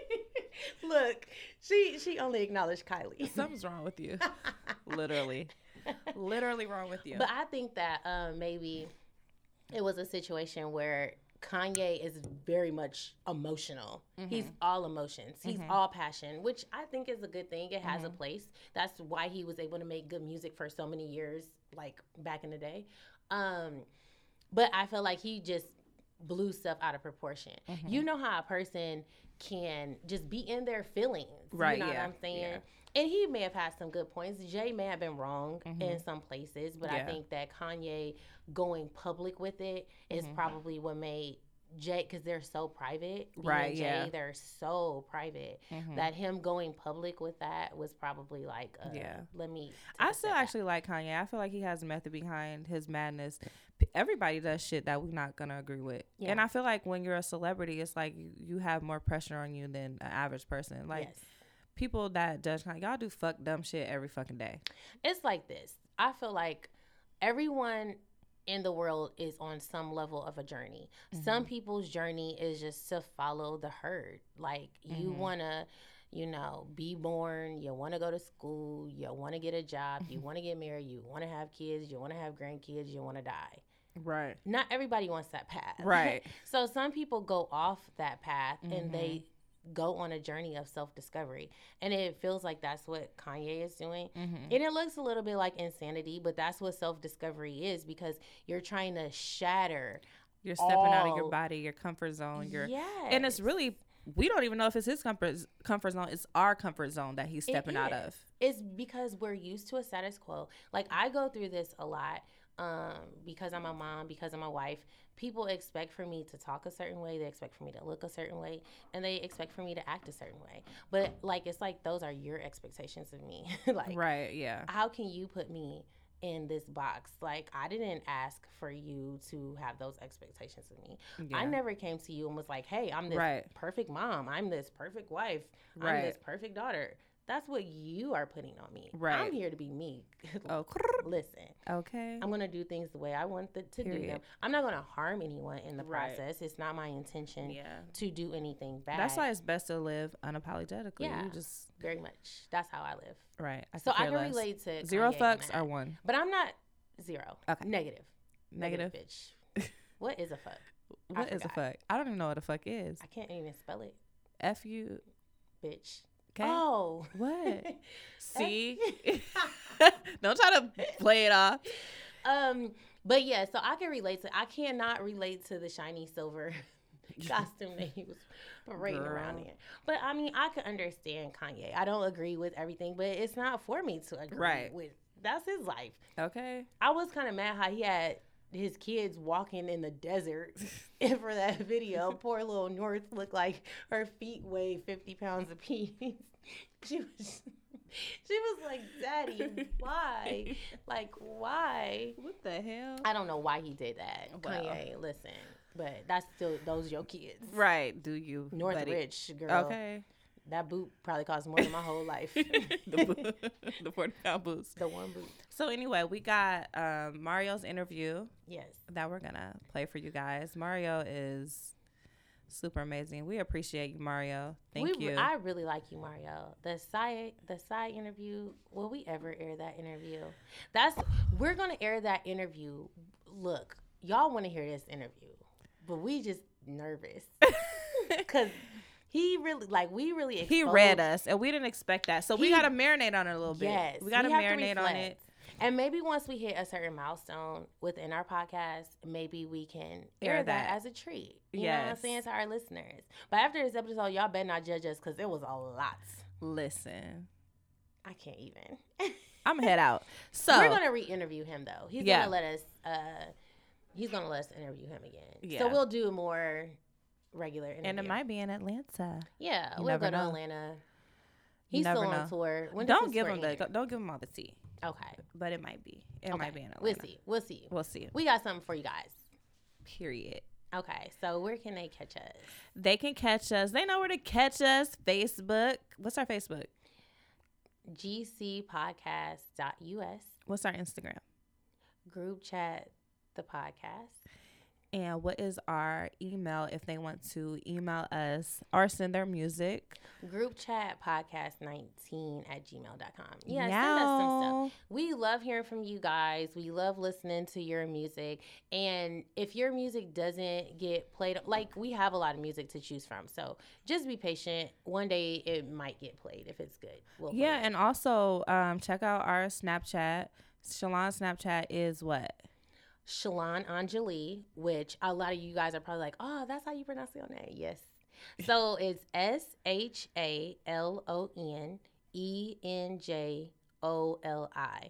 Look, she she only acknowledged Kylie.
(laughs) Something's wrong with you. (laughs) Literally, (laughs) literally wrong with you.
(laughs) But I think that um, maybe it was a situation where Kanye is very much emotional.
Mm-hmm.
He's all emotions. He's all passion, which I think is a good thing. It has a
Mm-hmm.
place. That's why he was able to make good music for so many years, like back in the day. Um, but I feel like he just blew stuff out of proportion.
Mm-hmm.
You know how a person can just be in their feelings.
Right,
You know
yeah,
what I'm saying? And he may have had some good points. Jay may have been wrong in some places, but
Mm-hmm.
I
Yeah. Mm-hmm.
think that Kanye going public with it is probably what made Jay, because they're so private, B
Right,
and Jay,
yeah. Mm.
they're so private
Mm-hmm.
that him going public with that was probably like, uh,
Yeah.
let me.
I
take a
still
step back.
actually like Kanye. I feel like he has method behind his madness. P- Everybody does shit that we're not gonna agree with,
Yeah.
and I feel like when you're a celebrity, it's like you, you have more pressure on you than an average person. Like
Yes.
people that judge Kanye, y'all do fuck dumb shit every fucking day.
it's like this. I feel like everyone in the world is on some level of a journey. Some
Mm-hmm.
people's journey is just to follow the herd. Like you
Mm-hmm.
want to you know, be born, you want to go to school, you want to get a job,
(laughs)
you want to get married, you want to have kids, you want to have grandkids, you want to die.
Right.
Not everybody wants that path. (laughs)
Right.
So some people go off that path and they
Mm-hmm.
go on a journey of self discovery. And it feels like that's what Kanye is doing.
Mm.
And it looks a little bit like insanity, but that's what self discovery is because you're trying to shatter.
You're stepping out of your
All-
body, your comfort zone, your
Yes.
and it's really we don't even know if it's his comfort z- comfort zone. It's our comfort zone that he's stepping out
is.
of.
It's because we're used to a status quo. Like I go through this a lot um, because I'm a mom, because I'm a wife. People expect for me to talk a certain way. They expect for me to look a certain way, and they expect for me to act a certain way. But like it's like those are your expectations of me. (laughs) like
Right. Yeah.
how can you put me in this box? Like, I didn't ask for you to have those expectations of me. I
Yeah.
never came to you and was like, hey, I'm this
Right.
perfect mom. I'm this perfect wife. I'm
Right.
this perfect daughter. That's what you are putting on me.
Right.
I'm here to be me. (laughs)
Oh,
Listen,
okay.
I'm going to do things the way I want th- to do them.
Period.
I'm not going to harm anyone in the
Right.
process. It's not my intention
Yeah.
to do anything bad.
That's why it's best to live unapologetically.
Yeah.
You just
Very much. That's how I live.
right. I
So
could
I
care
can
less.
relate to
Zero
Kanye on
fucks
that.
or one.
But I'm not zero.
Okay.
Negative.
Negative. (laughs)
bitch. what is a fuck? I
What is a fuck? I don't even know what a fuck is.
I can't even spell it,
F U.
bitch.
K.
Oh. (laughs)
What? (laughs) See? don't try to play it off.
um, but yeah, so I can relate to I cannot relate to the shiny silver (laughs) costume that he was parading around
Girl.
in. But I mean I can understand Kanye. I don't agree with everything, but it's not for me to agree
Right.
with that's his life.
Okay.
I was kind of mad how he had his kids walking in the desert (laughs) for that
(laughs)
video. Poor little North looked like her feet weighed 50 pounds apiece. (laughs) She was. (laughs) She was like,
(laughs)
"Daddy, why? Like, why?"
What the hell?
I don't know why he did that.
Well.
Kanye, listen, but that's still those your kids.
Right. Do you? buddy?
Northridge girl,
Okay.
that boot probably cost more than my whole
(laughs)
life.
the, bo- (laughs) the 40 pound boots.
(laughs) the one boot,
So, anyway, we got um, Mario's interview
yes.
that we're going to play for you guys. Mario is super amazing. We appreciate you, Mario. Thank
we,
you.
I really like you, Mario. The side the side interview. Will we ever air that interview? That's we're gonna air that interview. Look, y'all want to hear this interview, but we just
(laughs)
nervous (laughs) because he really like we really
he
exposed-
read us, and we didn't expect that. So, we
He-
got to marinate on it a little bit.
Yes,
We got to
we have to
marinate on
reflect.
it.
And maybe once we hit a certain milestone within our podcast, maybe we can
Air
air, that.
that.
as a treat. You know what I'm
Yes.
saying to our listeners. But after this episode, y'all better not judge us because it was a lot.
Listen,
I can't even.
I'm head out. So,
We're gonna re-interview him though. He's
Yeah.
gonna let us. Uh, he's gonna let us interview him again.
Yeah.
So we'll do a more regular interview.
and it might be in Atlanta.
Yeah,
you
we'll
never
go to
know.
Atlanta.
You
He's
never
still on
know.
tour. When does
don't
his
give
tour
him the
end?
don't give him all the tea,
Okay.
but it might be. It
okay.
might be in Atlanta.
We'll see. We'll see.
We'll see.
We got something for you guys.
Period.
Okay. So where can they catch us?
They can catch us. They know where to catch us. Facebook. What's our Facebook?
GCpodcast.us
What's our Instagram?
group chat the podcast.
And what is our email if they want to email us or send their music?
group chat podcast 19 at gmail.com yeah send us some
Meow.
stuff we love hearing from you guys we love listening to your music and if your music doesn't get played like we have a lot of music to choose from so just be patient one day it might get played if it's good we'll play
Yeah,
it.
and also um, check out our Snapchat. Shalon's Snapchat is what?
Shalon Anjali, which a lot of you guys are probably like, oh, that's how you pronounce your name. Yes.
(laughs)
So it's S H A L O N E N J O L I.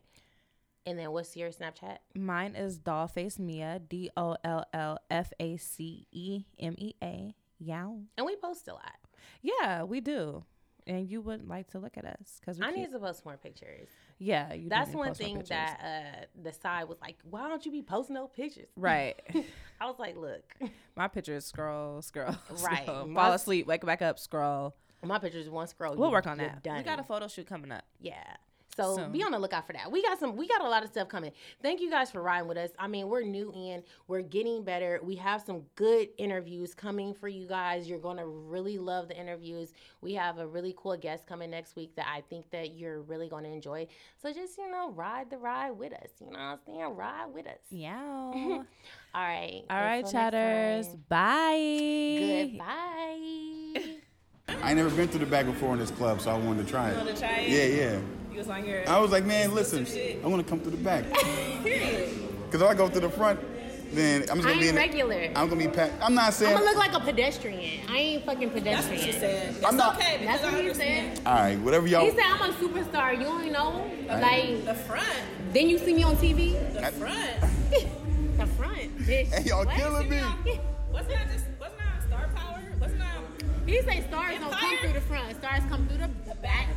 And then what's your Snapchat?
Mine is Dollface Mia, D O L L F A C E M E A. Yow.
And we post a lot.
Yeah, we do. And you would like to look at us because
I need to post more pictures.
yeah, you do
That's
need to
one
post more
thing
pictures.
that (laughs) uh, the side was like, why don't you be posting no pictures?
right. (laughs)
I was like, look,
My pictures scroll, scroll, (laughs)
Right.
scroll.
My-
Fall asleep, wake back up, scroll.
my pictures one scroll.
We'll
Oh, you-
work on
you're
that.
done.
We got a photo shoot coming up.
Yeah. So
Soon.
be on the lookout for that. We got some we got a lot of stuff coming. Thank you guys for riding with us. I mean, we're new in, we're getting better. We have some good interviews coming for you guys. You're going to really love the interviews. We have a really cool guest coming next week that I think that you're really going to enjoy. So just, you know, ride the ride with us, you know what I'm saying? Ride with us.
(laughs) Yow.
All right.
All right,
Until next
chatters.
time.
Bye.
Goodbye.
I ain't never been through the back before in this club, so I wanted to try it. Yeah, yeah.
You was on your
I was like, man, listen, I want to come through
(laughs)
the back. Cause if I go through the front, then I'm just
I
gonna
ain't
be. in the-
regular.
I'm gonna be packed. I'm not
I'm
saying.
going to look like a pedestrian. I ain't fucking pedestrian.
said. It's
I'm not-
okay
That's
because
what
I
you said.
all right, whatever y'all.
He said, I'm a superstar. You don't know? Like,
the front,
then you see me on TV?
the
I-
front.
(laughs) the front, bitch.
Hey, y'all
What?
killing me.
Wasn't I just wasn't I on star power? Wasn't I
(laughs) He say stars don't come
Empire?
through the front. Stars come through the back.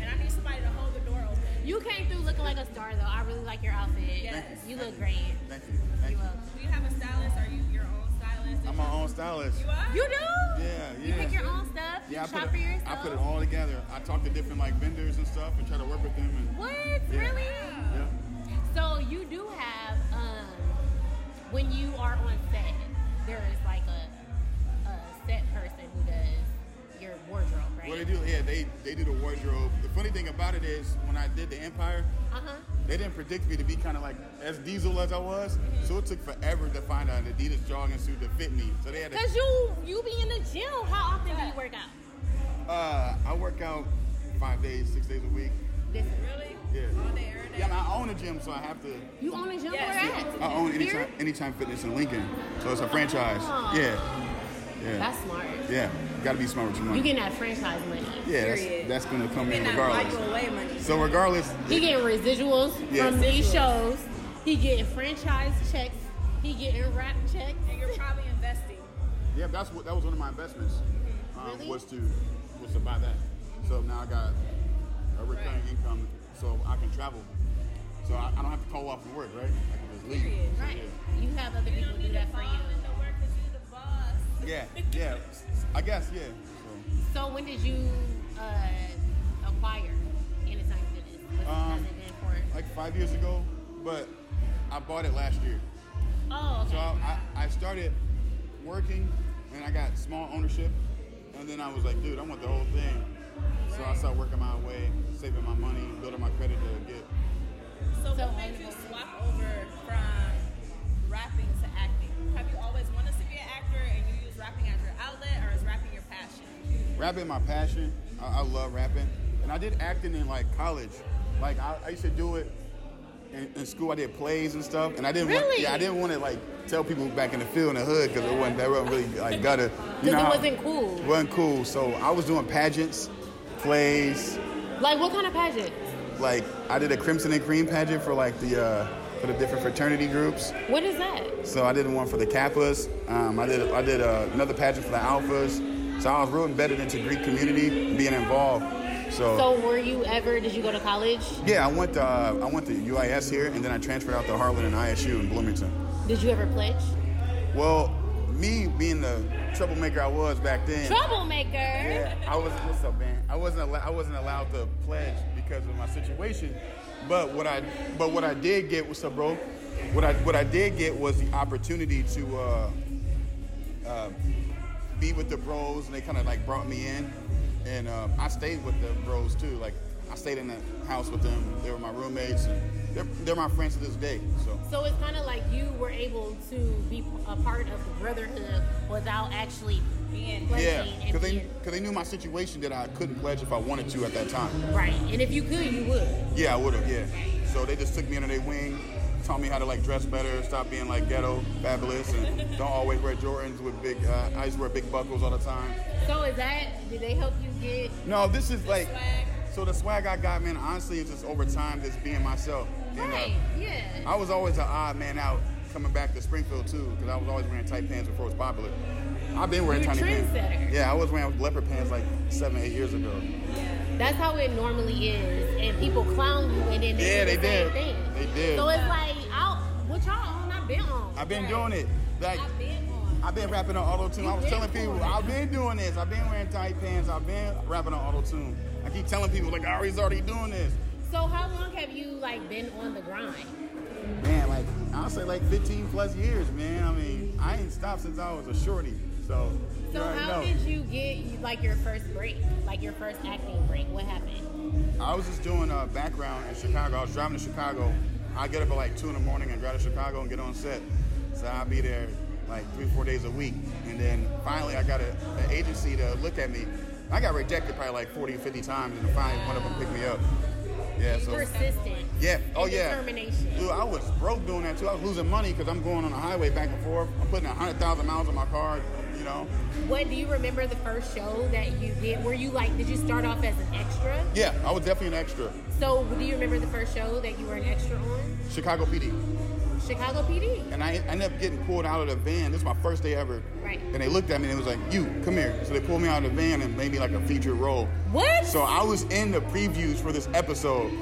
and I need somebody to hold the door open.
You came through looking like a star, though. I really like your outfit.
Yes.
You look great.
Thank you. Thank
You
you.
look.
Do you have a stylist? Are you your own stylist?
I'm my own stylist.
You are?
You do?
Yeah,
You
yeah.
pick your own stuff.
Yeah, I
you shop
put,
for
it,
yourself.
I put it all together. I talk to different like vendors and stuff and try to work with them. And,
What?
Yeah.
Really?
yeah.
So you do have, um, when you are on set, there is like a, a set person who does your wardrobe, right?
Well, they do. Yeah, they they do the wardrobe. The funny thing about it is, when I did the Empire,
Uh-huh.
they didn't predict me to be kind of like as diesel as I was. So it took forever to find an Adidas jogging suit to fit me. So they had to.
Cause you you be in the gym. How often do you work out?
Uh, I work out five days, six days a week.
This
Really?
Yeah.
All day, every day.
Yeah, and I own a gym, so I have to.
you own a gym
Yes.
or at?
I own
Here?
anytime, anytime Fitness in Lincoln, so it's a franchise.
Oh.
Yeah, yeah,
That's smart.
yeah. Got to be smart with your money.
You getting that franchise money?
yeah,
period.
that's, that's gonna come in
And I buy you
regardless.
away money.
So regardless,
He getting residuals
Yeah.
from these shows. He getting franchise checks. He getting rap checks.
And you're probably investing.
yeah, that's what that was one of my investments. Um,
Really?
Was to was to buy that. So now I got a recurring
Right.
income, so I can travel. So I, I don't have to call off from work, right? I can just leave.
Period.
So,
Right. You have other people do that for
All in
you.
the work 'cause you the boss.
yeah. yeah, yeah. I guess yeah. So.
So when did you uh, acquire anytime fitness? What has
Um,
it been for?
like five years ago, but I bought it last year.
Oh,
So
okay.
I, I I started working and I got small ownership, and then I was like, dude, I want the whole thing. So I started working my way, saving my money, building my credit to get.
So,
So
what made you swap over from rapping to acting? Have you always wanted to be an actor and you use rapping as your outlet or is rapping your passion?
Rapping my passion. I, I love rapping, and I did acting in like college. Like I, I used to do it in, in school. I did plays and stuff, and I didn't. Want,
Really?
yeah, I didn't want to like tell people back in the field in the hood because it wasn't that wasn't really like gutter. You
Because
know
it
how-
wasn't cool.
wasn't cool. So I was doing pageants, plays.
Like what kind of pageant?
Like I did a crimson and cream pageant for like the uh, for the different fraternity groups.
What is that?
So I did one for the Kappas. Um, I did I did uh, another pageant for the Alphas. So I was real embedded into Greek community, being involved. So,
So were you ever? Did you go to college?
yeah, I went to, uh, I went to UIS here, and then I transferred out to Harlan and ISU in Bloomington.
Did you ever pledge?
Well, me being the troublemaker I was back then.
Troublemaker.
Yeah, I was. What's up, man? I wasn't. Al- I wasn't allowed to pledge because of my situation. But what I. But what I did get. What's up, bro? What I. What I did get was the opportunity to. Uh, uh, be with the bros, and they kind of like brought me in, and uh, I stayed with the bros too. Like I stayed in the house with them. They were my roommates. And they're they're my friends to this day. So.
So it's kind of like you were able to be a part of the brotherhood without actually being
Yeah,
pledging and
because they,
being,
'cause they knew my situation that I couldn't pledge if I wanted to at that time.
right. And if you could, you would.
Yeah, I would have. Yeah. So they just took me under their wing, taught me how to like dress better, stop being like ghetto, fabulous, and don't always wear Jordans with big. Uh, I used to wear big buckles all the time.
So is that? Did they help you get?
No, this is like So the swag I got, man, honestly, is just over time, just being myself. And, uh,
Right. Yeah.
I was always an odd man out coming back to Springfield too, because I was always wearing tight pants before it was popular. I've been wearing
You were a
tiny pants.
trendsetter.
Yeah, I was wearing leopard pants like seven, eight years ago.
That's how it normally is, and people clown you, and then they
Yeah,
do
they
the same
did.
thing.
They did.
So it's like, I'll, what y'all on? I've been on.
I've been
Like,
doing it. Like
I've been on.
I've been rapping on auto tune. I was
You been
telling people,
doing it.
I've been doing this. I've been wearing tight pants. I've been rapping on auto tune. I keep telling people, like, Ari's already doing this.
So how long have you like been on the grind?
Man, like, I'll say like 15 plus years, man. I mean, I ain't stopped since I was a shorty. So, you
So
already
how
know.
did you get like your first break, like your first acting break? What happened?
I was just doing a background in Chicago. I was driving to Chicago. I get up at like two in the morning and drive to Chicago and get on set. So I'd be there like three, four days a week. And then finally, I got a, an agency to look at me. I got rejected probably like 40, 50 times, and finally one of them picked me up. Yeah, so
Persistent.
yeah, oh
and
yeah.
Determination.
Dude, I was broke doing that too. I was losing money because I'm going on the highway back and forth. I'm putting hundred thousand miles on my car. You know.
What do you remember the first show that you did? Were you like, did you start off as an extra?
Yeah, I was definitely an extra.
So do you remember the first show that you were an extra on?
Chicago PD.
Chicago PD.
And I ended up getting pulled out of the van. This was my first day ever.
Right.
And they looked at me and it was like, you, come here. So they pulled me out of the van and made me like a featured role.
What?
So I was in the previews for this episode.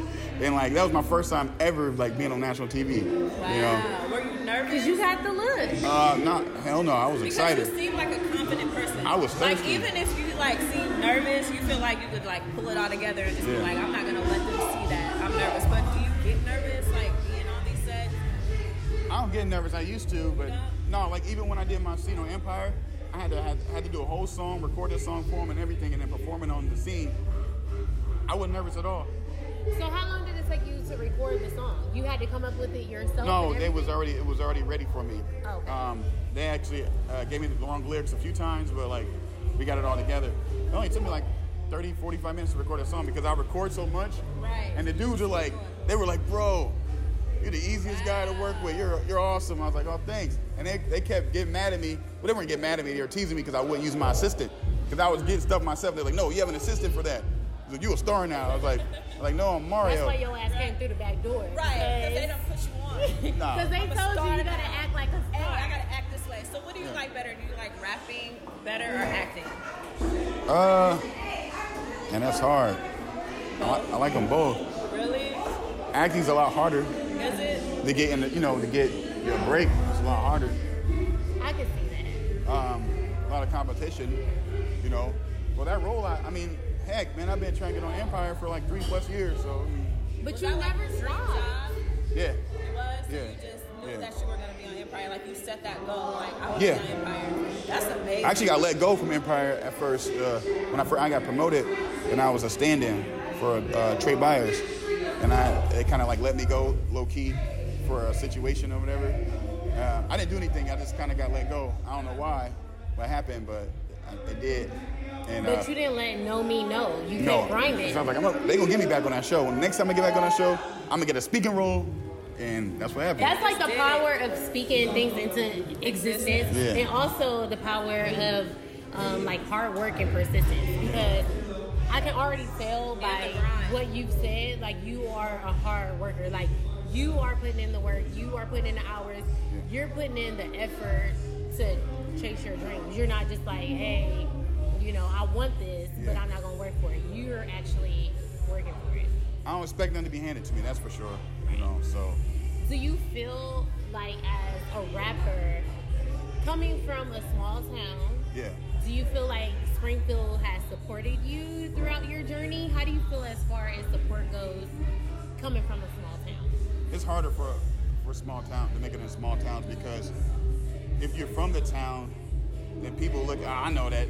And like that was my first time ever like being on national TV. Wow. You know?
Were you
Cause
nervous?
you got the look.
Uh not hell no, I was
Because
excited.
you seem like a confident person.
I was
like
thirsty.
even if you like seem nervous, you feel like you could like pull it all together and just
Yeah.
be like, I'm not gonna let them see that I'm nervous. But do you get nervous like being on these sets?
I don't get nervous. I used to, but no, like even when I did my scene on Empire, I had to had, had to do a whole song, record a song for him and everything, and then perform it on the scene. I wasn't nervous at all.
So how long did it take you to record the song? You had to come up with it yourself.
No,
and
they was
everything?
already it was already ready for me.
Oh, Okay.
Um, they actually uh, gave me the wrong lyrics a few times, but like we got it all together. It only took me like 30, 45 minutes to record a song because I record so much.
Right.
And the dudes are like, they were like, bro, you're the easiest guy to work with. You're you're awesome. I was like, oh thanks. And they, they kept getting mad at me. Well, they weren't getting mad at me. They were teasing me because I wouldn't use my assistant because I was getting stuff myself. They're like, no, you have an assistant for that. He's Like, you a star now. I was like, I'm like no, I'm Mario.
That's why your ass came through the back door.
Right. Because they don't put you on.
(laughs)
hey,
Nah.
Because they
I'm a
told you
star
you gotta
now.
act like a star.
I gotta act this way. So what do you like better? Do you like rapping better or acting?
Uh, and that's hard. I, I like them both.
Really?
Acting's a lot harder
Is it?
to get in. The, you know, to get your break. It's a lot harder.
I can see that.
Um, a lot of competition. You know. Well, that role. I, I mean, heck, man, I've been trying to get on Empire for like three plus years. So, I mean,
But
Was
you
that like
never
your dream
stopped.
job?
yeah.
It was. So
Yeah.
You just knew
Yeah.
that you were gonna be on Empire. Like you set that goal. Like I was
Yeah.
on Empire. That's amazing.
I actually got let go from Empire at first uh, when I, fir- I got promoted, and I was a stand-in for uh, Trey Byers, and I they kind of like let me go low key for a situation or whatever. Uh, I didn't do anything. I just kind of got let go. I don't know why, what happened, but I, it did. And uh,
But you didn't let no me know. You
no,
kept grinding.
So I was like, I'm gonna, they gonna get me back on that show. When next time I get back on that show, I'm gonna get a speaking role, and that's what happened.
That's like the power of speaking things into existence,
Yeah.
and also the power of um, like hard work and persistence. Because I can already tell by what you've said, like you are a hard worker. Like you are putting in the work, you are putting in the hours, you're putting in the effort to chase your dreams. You're not just like, hey, you know, I want this, but
Yeah.
I'm not gonna work for it. You're actually working for it.
I don't expect nothing to be handed to me. That's for sure. You know, so.
Do you feel like as a rapper coming from a small town,
Yeah.
do you feel like Springfield has supported you throughout your journey? How do you feel as far as support goes coming from a small town?
it's harder for for small town to make it in small towns because if you're from the town, then people look. "Ah, I know that.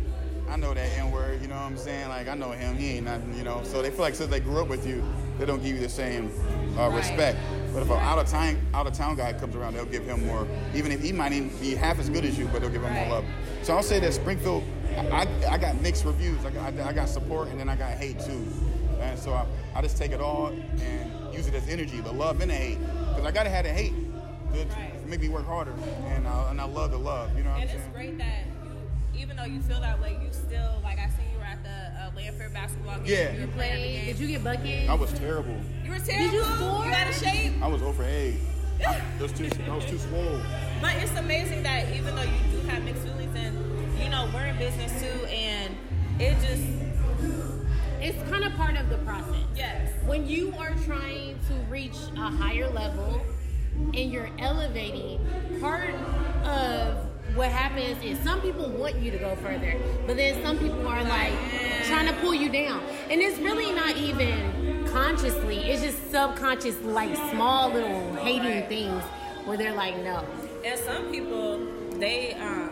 I know that N word. You know what I'm saying? Like I know him. He ain't nothing. You know. So they feel like since they grew up with you, they don't give you the same uh, respect. But if an out of town out of town guy comes around, they'll give him more. Even if he might even be half as good as you, but they'll give him more love. So I'll say that Springfield, I, I got mixed reviews. I got, I got support and then I got hate too. And so I, I just take it all and use it as energy, the love and the hate. Because I got to have the hate to to make me work harder. And I, and I love the love, you know what
And
I'm
it's
saying?
great that you, even though you feel that way, you still like I seen you were at the uh, a Lanford basketball game.
Yeah.
You were playing
Play.
the
Did
game.
you get buckets?
I was terrible.
You were terrible.
score?
You out of shape.
I was
(laughs)
over eight. I, those two, I was too swole.
But it's amazing that even though you do have mixed feelings, and you know we're in business too, and it just
It's kind of part of the process.
yes,
when you are trying to reach a higher level and you're elevating, part of what happens is some people want you to go further, but then some people are like trying to pull you down. And it's really not even consciously, it's just subconscious, like small little hating things where they're like, no.
and some people they um,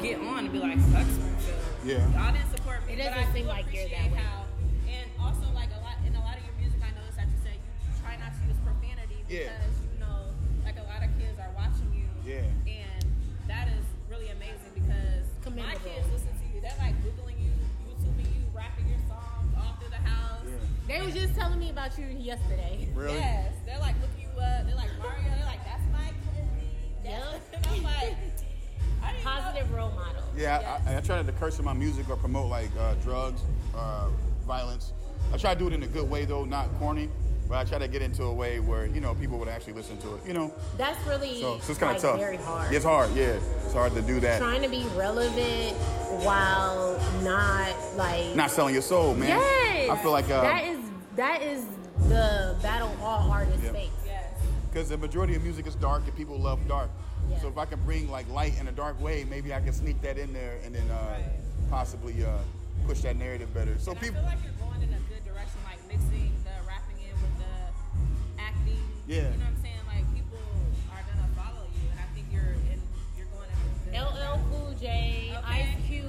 get on and be like, "Fuck Springfield."
Yeah.
Y'all didn't support me.
It
but
doesn't
I do
seem like you're
appreciate
that way.
How, and also, like a lot in a lot of your music, I noticed that you said you try not to use profanity because
Yeah.
you know, like a lot of kids are watching you.
Yeah.
And that is really amazing because my
Commendable.
kids listen to you. They're like googling you, YouTubing you, rapping your songs all through the house.
Yeah.
They were just telling me about you yesterday.
Really?
Yes, they're like looking you up. They're like Mario. They're like that's my kid. That's-
Yep.
(laughs) And I'm like, I didn't know.
Positive role model.
Yeah, I, I, I try not to curse in my music or promote like uh, drugs or violence. I try to do it in a good way though, not corny. But I try to get into a way where you know people would actually listen to it. You know,
That's really
so, so it's kind
like,
of tough.
very hard.
It's hard. Yeah, it's hard to do that.
trying to be relevant while not like
Not selling your soul, man.
yes
I feel like uh,
that is that is the battle all artists
Yeah.
face
Yes.
because the majority of music is dark and people love dark.
Yeah.
So if I can bring like light in a dark way, maybe I can sneak that in there and then uh, possibly uh, push that narrative better. So
And I
people,
feel like you're going in a good direction, like mixing the rapping in with the acting.
Yeah.
You know what I'm saying? Like people are gonna follow you, and I think you're in, you're going in a good
LL Cool
Okay.
J Ice Cube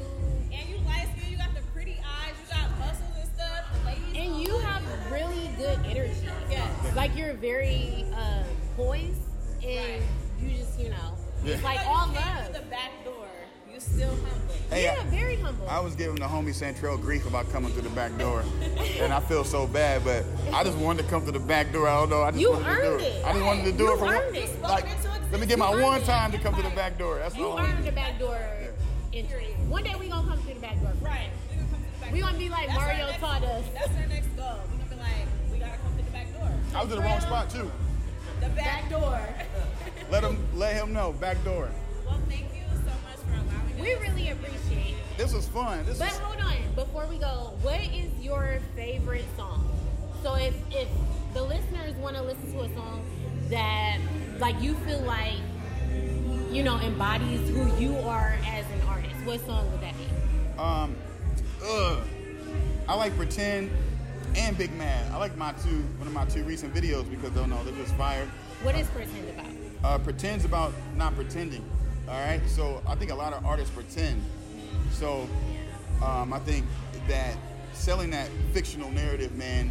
And you light skin, you got the pretty eyes, you got muscles and stuff. The ladies
and you
love
have really good energy
Yes.
like you're very uh, poised and you just you know it's
Yeah.
like
But you
all
came
love
through the back door. You still humble.
Hey,
yeah
I-
very humble
I was giving the homie Santrell grief about coming through the back door, and I feel so bad, but I just wanted to come through the back door. I don't know. I just
You
wanted to do
earned
it.
it.
I just wanted to do
You
it for
earned it. You
one.
spoke
Like,
into
let me
existence.
get my
You
one
earned it.
time to come through the back door. That's
you
all.
earned the back door entry one day we gonna come through the back door
Right. We gonna come to the back
We
door.
gonna be like
That's our
Mario
next-
taught us.
That's our next goal. We gonna be like, we gotta come to the back door.
I was in the wrong spot too.
The back door.
Let him let him know back door.
well, thank you so much for allowing us.
we really appreciate it
This was fun. This
But
was
hold on, before we go, what is your favorite song? So if if the listeners want to listen to a song that like you feel like you know embodies who you are as an artist, what song would that be?
um, ugh. I like pretend and Big Mad. I like my two one of my two recent videos because I don't know they're just fire.
What is pretend about?
uh, pretends about not pretending. All right, so I think a lot of artists pretend. So um, I think that selling that fictional narrative, man,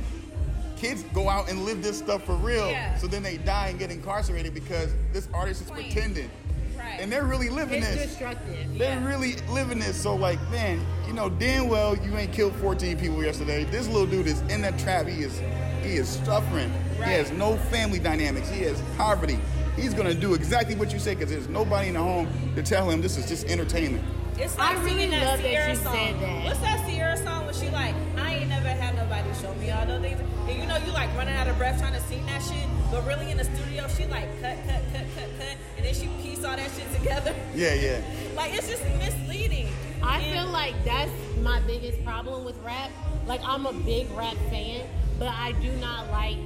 kids go out and live this stuff for real.
Yeah.
So then they die and get incarcerated because this artist is pretending,
Right.
and they're really living
It's
this.
destructive.
They're really living this. So like, man, you know, damn well you ain't killed 14 people yesterday. This little dude is in that trap. He is he is suffering. He has no family dynamics. He has poverty. He's gonna do exactly what you say because there's nobody in the home to tell him this is just entertainment.
It's
I
like
really
singing that
love that
Sierra
you
song.
said that.
What's that Sierra song when she like, I ain't never had nobody show me all those things. And you know you like running out of breath trying to sing that shit, but really in the studio she like cut, cut, cut, cut, cut, and then she piece all that shit together. (laughs)
Yeah, yeah.
Like it's just misleading.
I
And-
feel
(laughs)
like that's my biggest problem with rap. Like I'm a big rap fan, but I do not like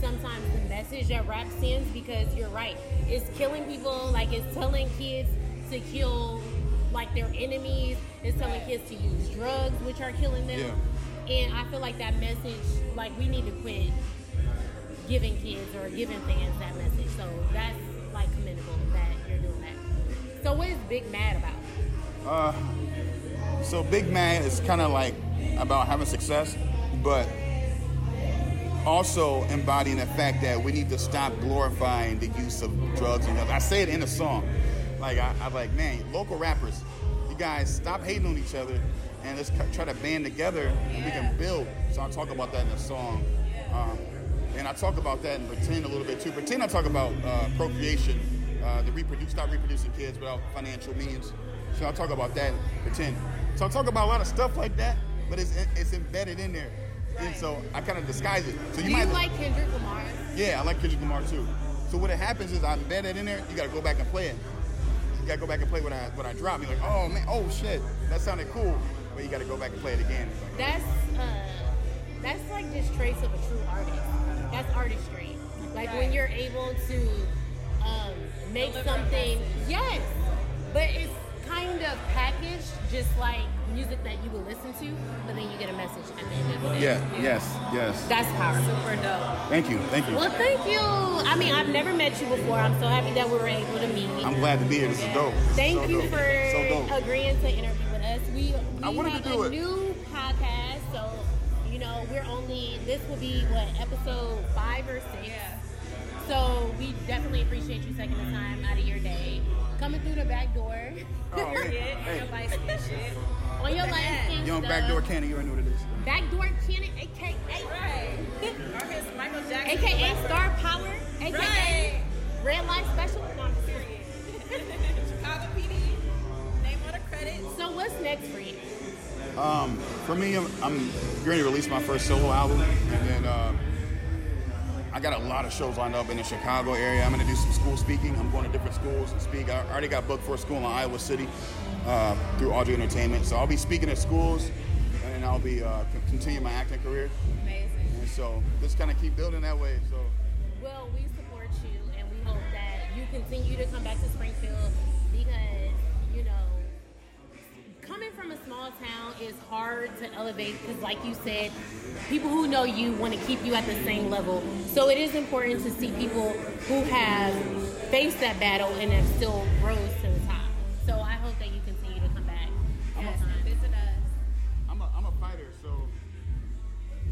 sometimes the message that rap sends because you're right. It's killing people, like it's telling kids to kill like their enemies, it's telling kids to use drugs which are killing them. And I feel like that message like we need to quit giving kids or giving fans that message. So that's like commendable that you're doing that. So what is Big Mad about?
Uh, so Big Mad is kind of like about having success, but also embodying the fact that we need to stop glorifying the use of drugs and other. I say it in the song. Like I, I'm like, man, local rappers, you guys stop hating on each other and let's c- try to band together and we can build. So I talk about that in the song. Um, and I talk about that and pretend a little bit too. Pretend I talk about uh, procreation, uh, the reproduce, stop reproducing kids without financial means. So I talk about that. Pretend. So I talk about a lot of stuff like that but it's it's embedded in there, and
Right.
so I kind of disguise it. So you
Do you
might
like Kendrick Lamar?
yeah, I like Kendrick Lamar too. So what it happens is I embed it in there. You gotta go back and play it. You gotta go back and play what I what I drop. You're like, oh man, oh shit, that sounded cool, but you gotta go back and play it again. It's like,
That's uh, that's like this trace of a true artist. That's artistry. Like when you're able to um, make something. Yes, but it's kind of packaged, just like music that you would listen to, but then you get a message at the end of the day.
yeah, yes, yes.
That's powerful.
Super dope.
Thank you, thank you.
Well, thank you. I mean, I've never met you before. I'm so happy that we were able to meet.
I'm glad to be here. This is dope. This is
Thank
so
you
dope.
for (laughs)
so dope.
agreeing to interview with us. We, we
I wanted
have
to do
a
it.
new podcast, so you know we're only this will be what episode five or six. So we definitely appreciate you taking the time out of your day, coming through the back door
Oh, man. Hey,
on your light skin
young
stuff.
backdoor candy, you already know what it is.
back door cannon, aka
(laughs)
Michael Jackson.
aka star power, aka
Right.
red light special. No, I'm serious.
Chicago PD. Name on the credits.
So what's next for you?
Um, for me, I'm, I'm going to release my first solo album, and then um I got a lot of shows lined up in the Chicago area. I'm going to do some school speaking. I'm going to different schools and speak. I already got booked for a school in Iowa City uh, through Audrey Entertainment, so I'll be speaking at schools, and I'll be uh, con- continue my acting career.
Amazing.
And so just kind of keep building that way. So
Well, we support you and we hope that you continue to come back to Springfield because, you know, coming from a small town is hard to elevate because, like you said, people who know you want to keep you at the same level. So it is important to see people who have faced that battle and have still rose to the top. So I hope that you continue to come back. all the time.
Visit us.
I'm a, I'm a fighter, so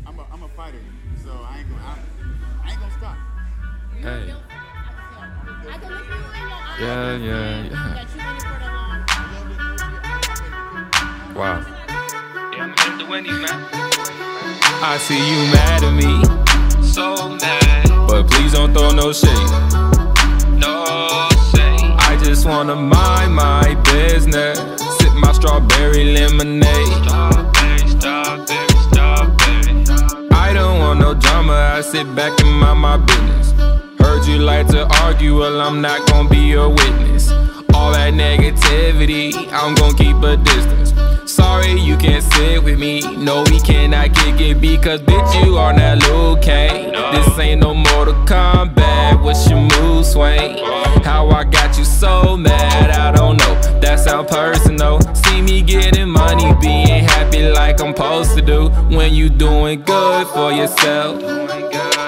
I'm a, I'm a fighter, so I ain't gonna I, I ain't gonna stop.
Hey.
I can look you in your eyes
Yeah,
and
yeah,
see
yeah.
that you've been here for the long
Wow.
Yeah, I'm at the Wendy's, man.
I see you mad at me,
So mad,
but please don't throw no shade.
no say.
I just wanna mind my business. Sip my strawberry lemonade.
Strawberry, strawberry, strawberry.
I don't want no drama, I sit back and mind my business. Heard you like to argue, well, I'm not gonna be your witness. All that negativity, I'm gonna keep a distance. Sorry you can't sit with me, no, we cannot kick it because bitch, you are not Luke Kang. This ain't no Mortal Kombat, what's your mood swing? How I got you so mad, I don't know. That sound personal. See me getting money, being happy like I'm supposed to do. When you doing good for yourself,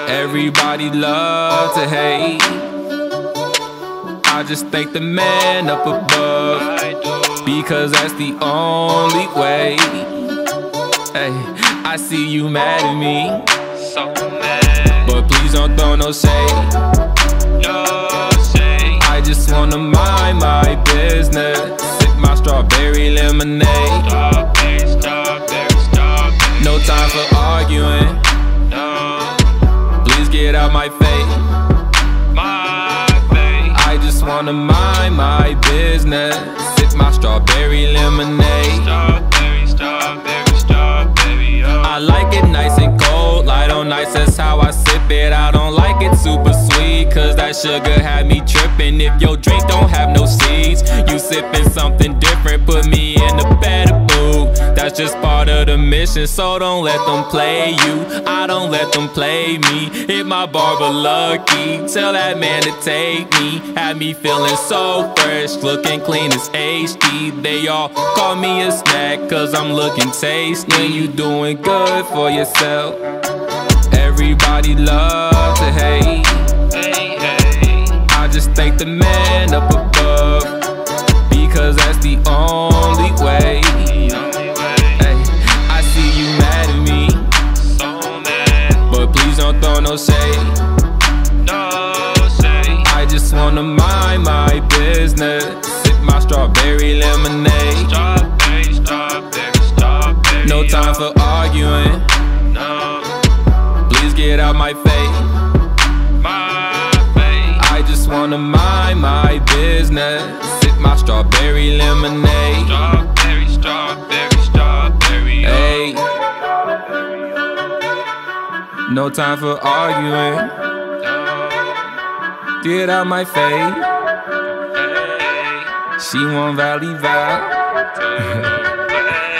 everybody love to hate. I just thank the man up above because that's the only way. Hey, I see you mad at me,
So mad,
but please don't throw no shade.
no say.
I just wanna mind my business. Sip my strawberry lemonade.
Strawberry, strawberry, strawberry.
No time for arguing.
No,
Please get out my face.
my babe.
I just wanna mind my business. Sip my strawberry lemonade.
Strawberry, strawberry, strawberry.
I
Oh,
like it nice and cold, light on ice, that's how I sip it. I don't like it super sweet, cause that sugar had me tripping. If your drink don't have no seeds, you sipping something different, put me in a better mood. That's just part of the mission, so don't let them play you. I don't let them play me. Hit my barber lucky, tell that man to take me. Had me feeling so fresh, looking clean as HD. They all call me a snack, cause I'm looking tasty. When you doing good for yourself, everybody love to hate.
hey, hey.
I just thank the man up above, because that's the only way.
The only way.
Ay, I see you mad at me,
So mad,
but please don't throw no shade.
no say.
I just wanna mind my business. Sip my strawberry lemonade.
Strawberry, strawberry, strawberry.
No time for arguing.
No,
Please get out my face.
my babe.
I just wanna mind my business. Sip my strawberry lemonade.
Strawberry, strawberry, strawberry. oh.
Hey. No time for arguing. Get out my face. She want Valley Vibe. (laughs)
Hey.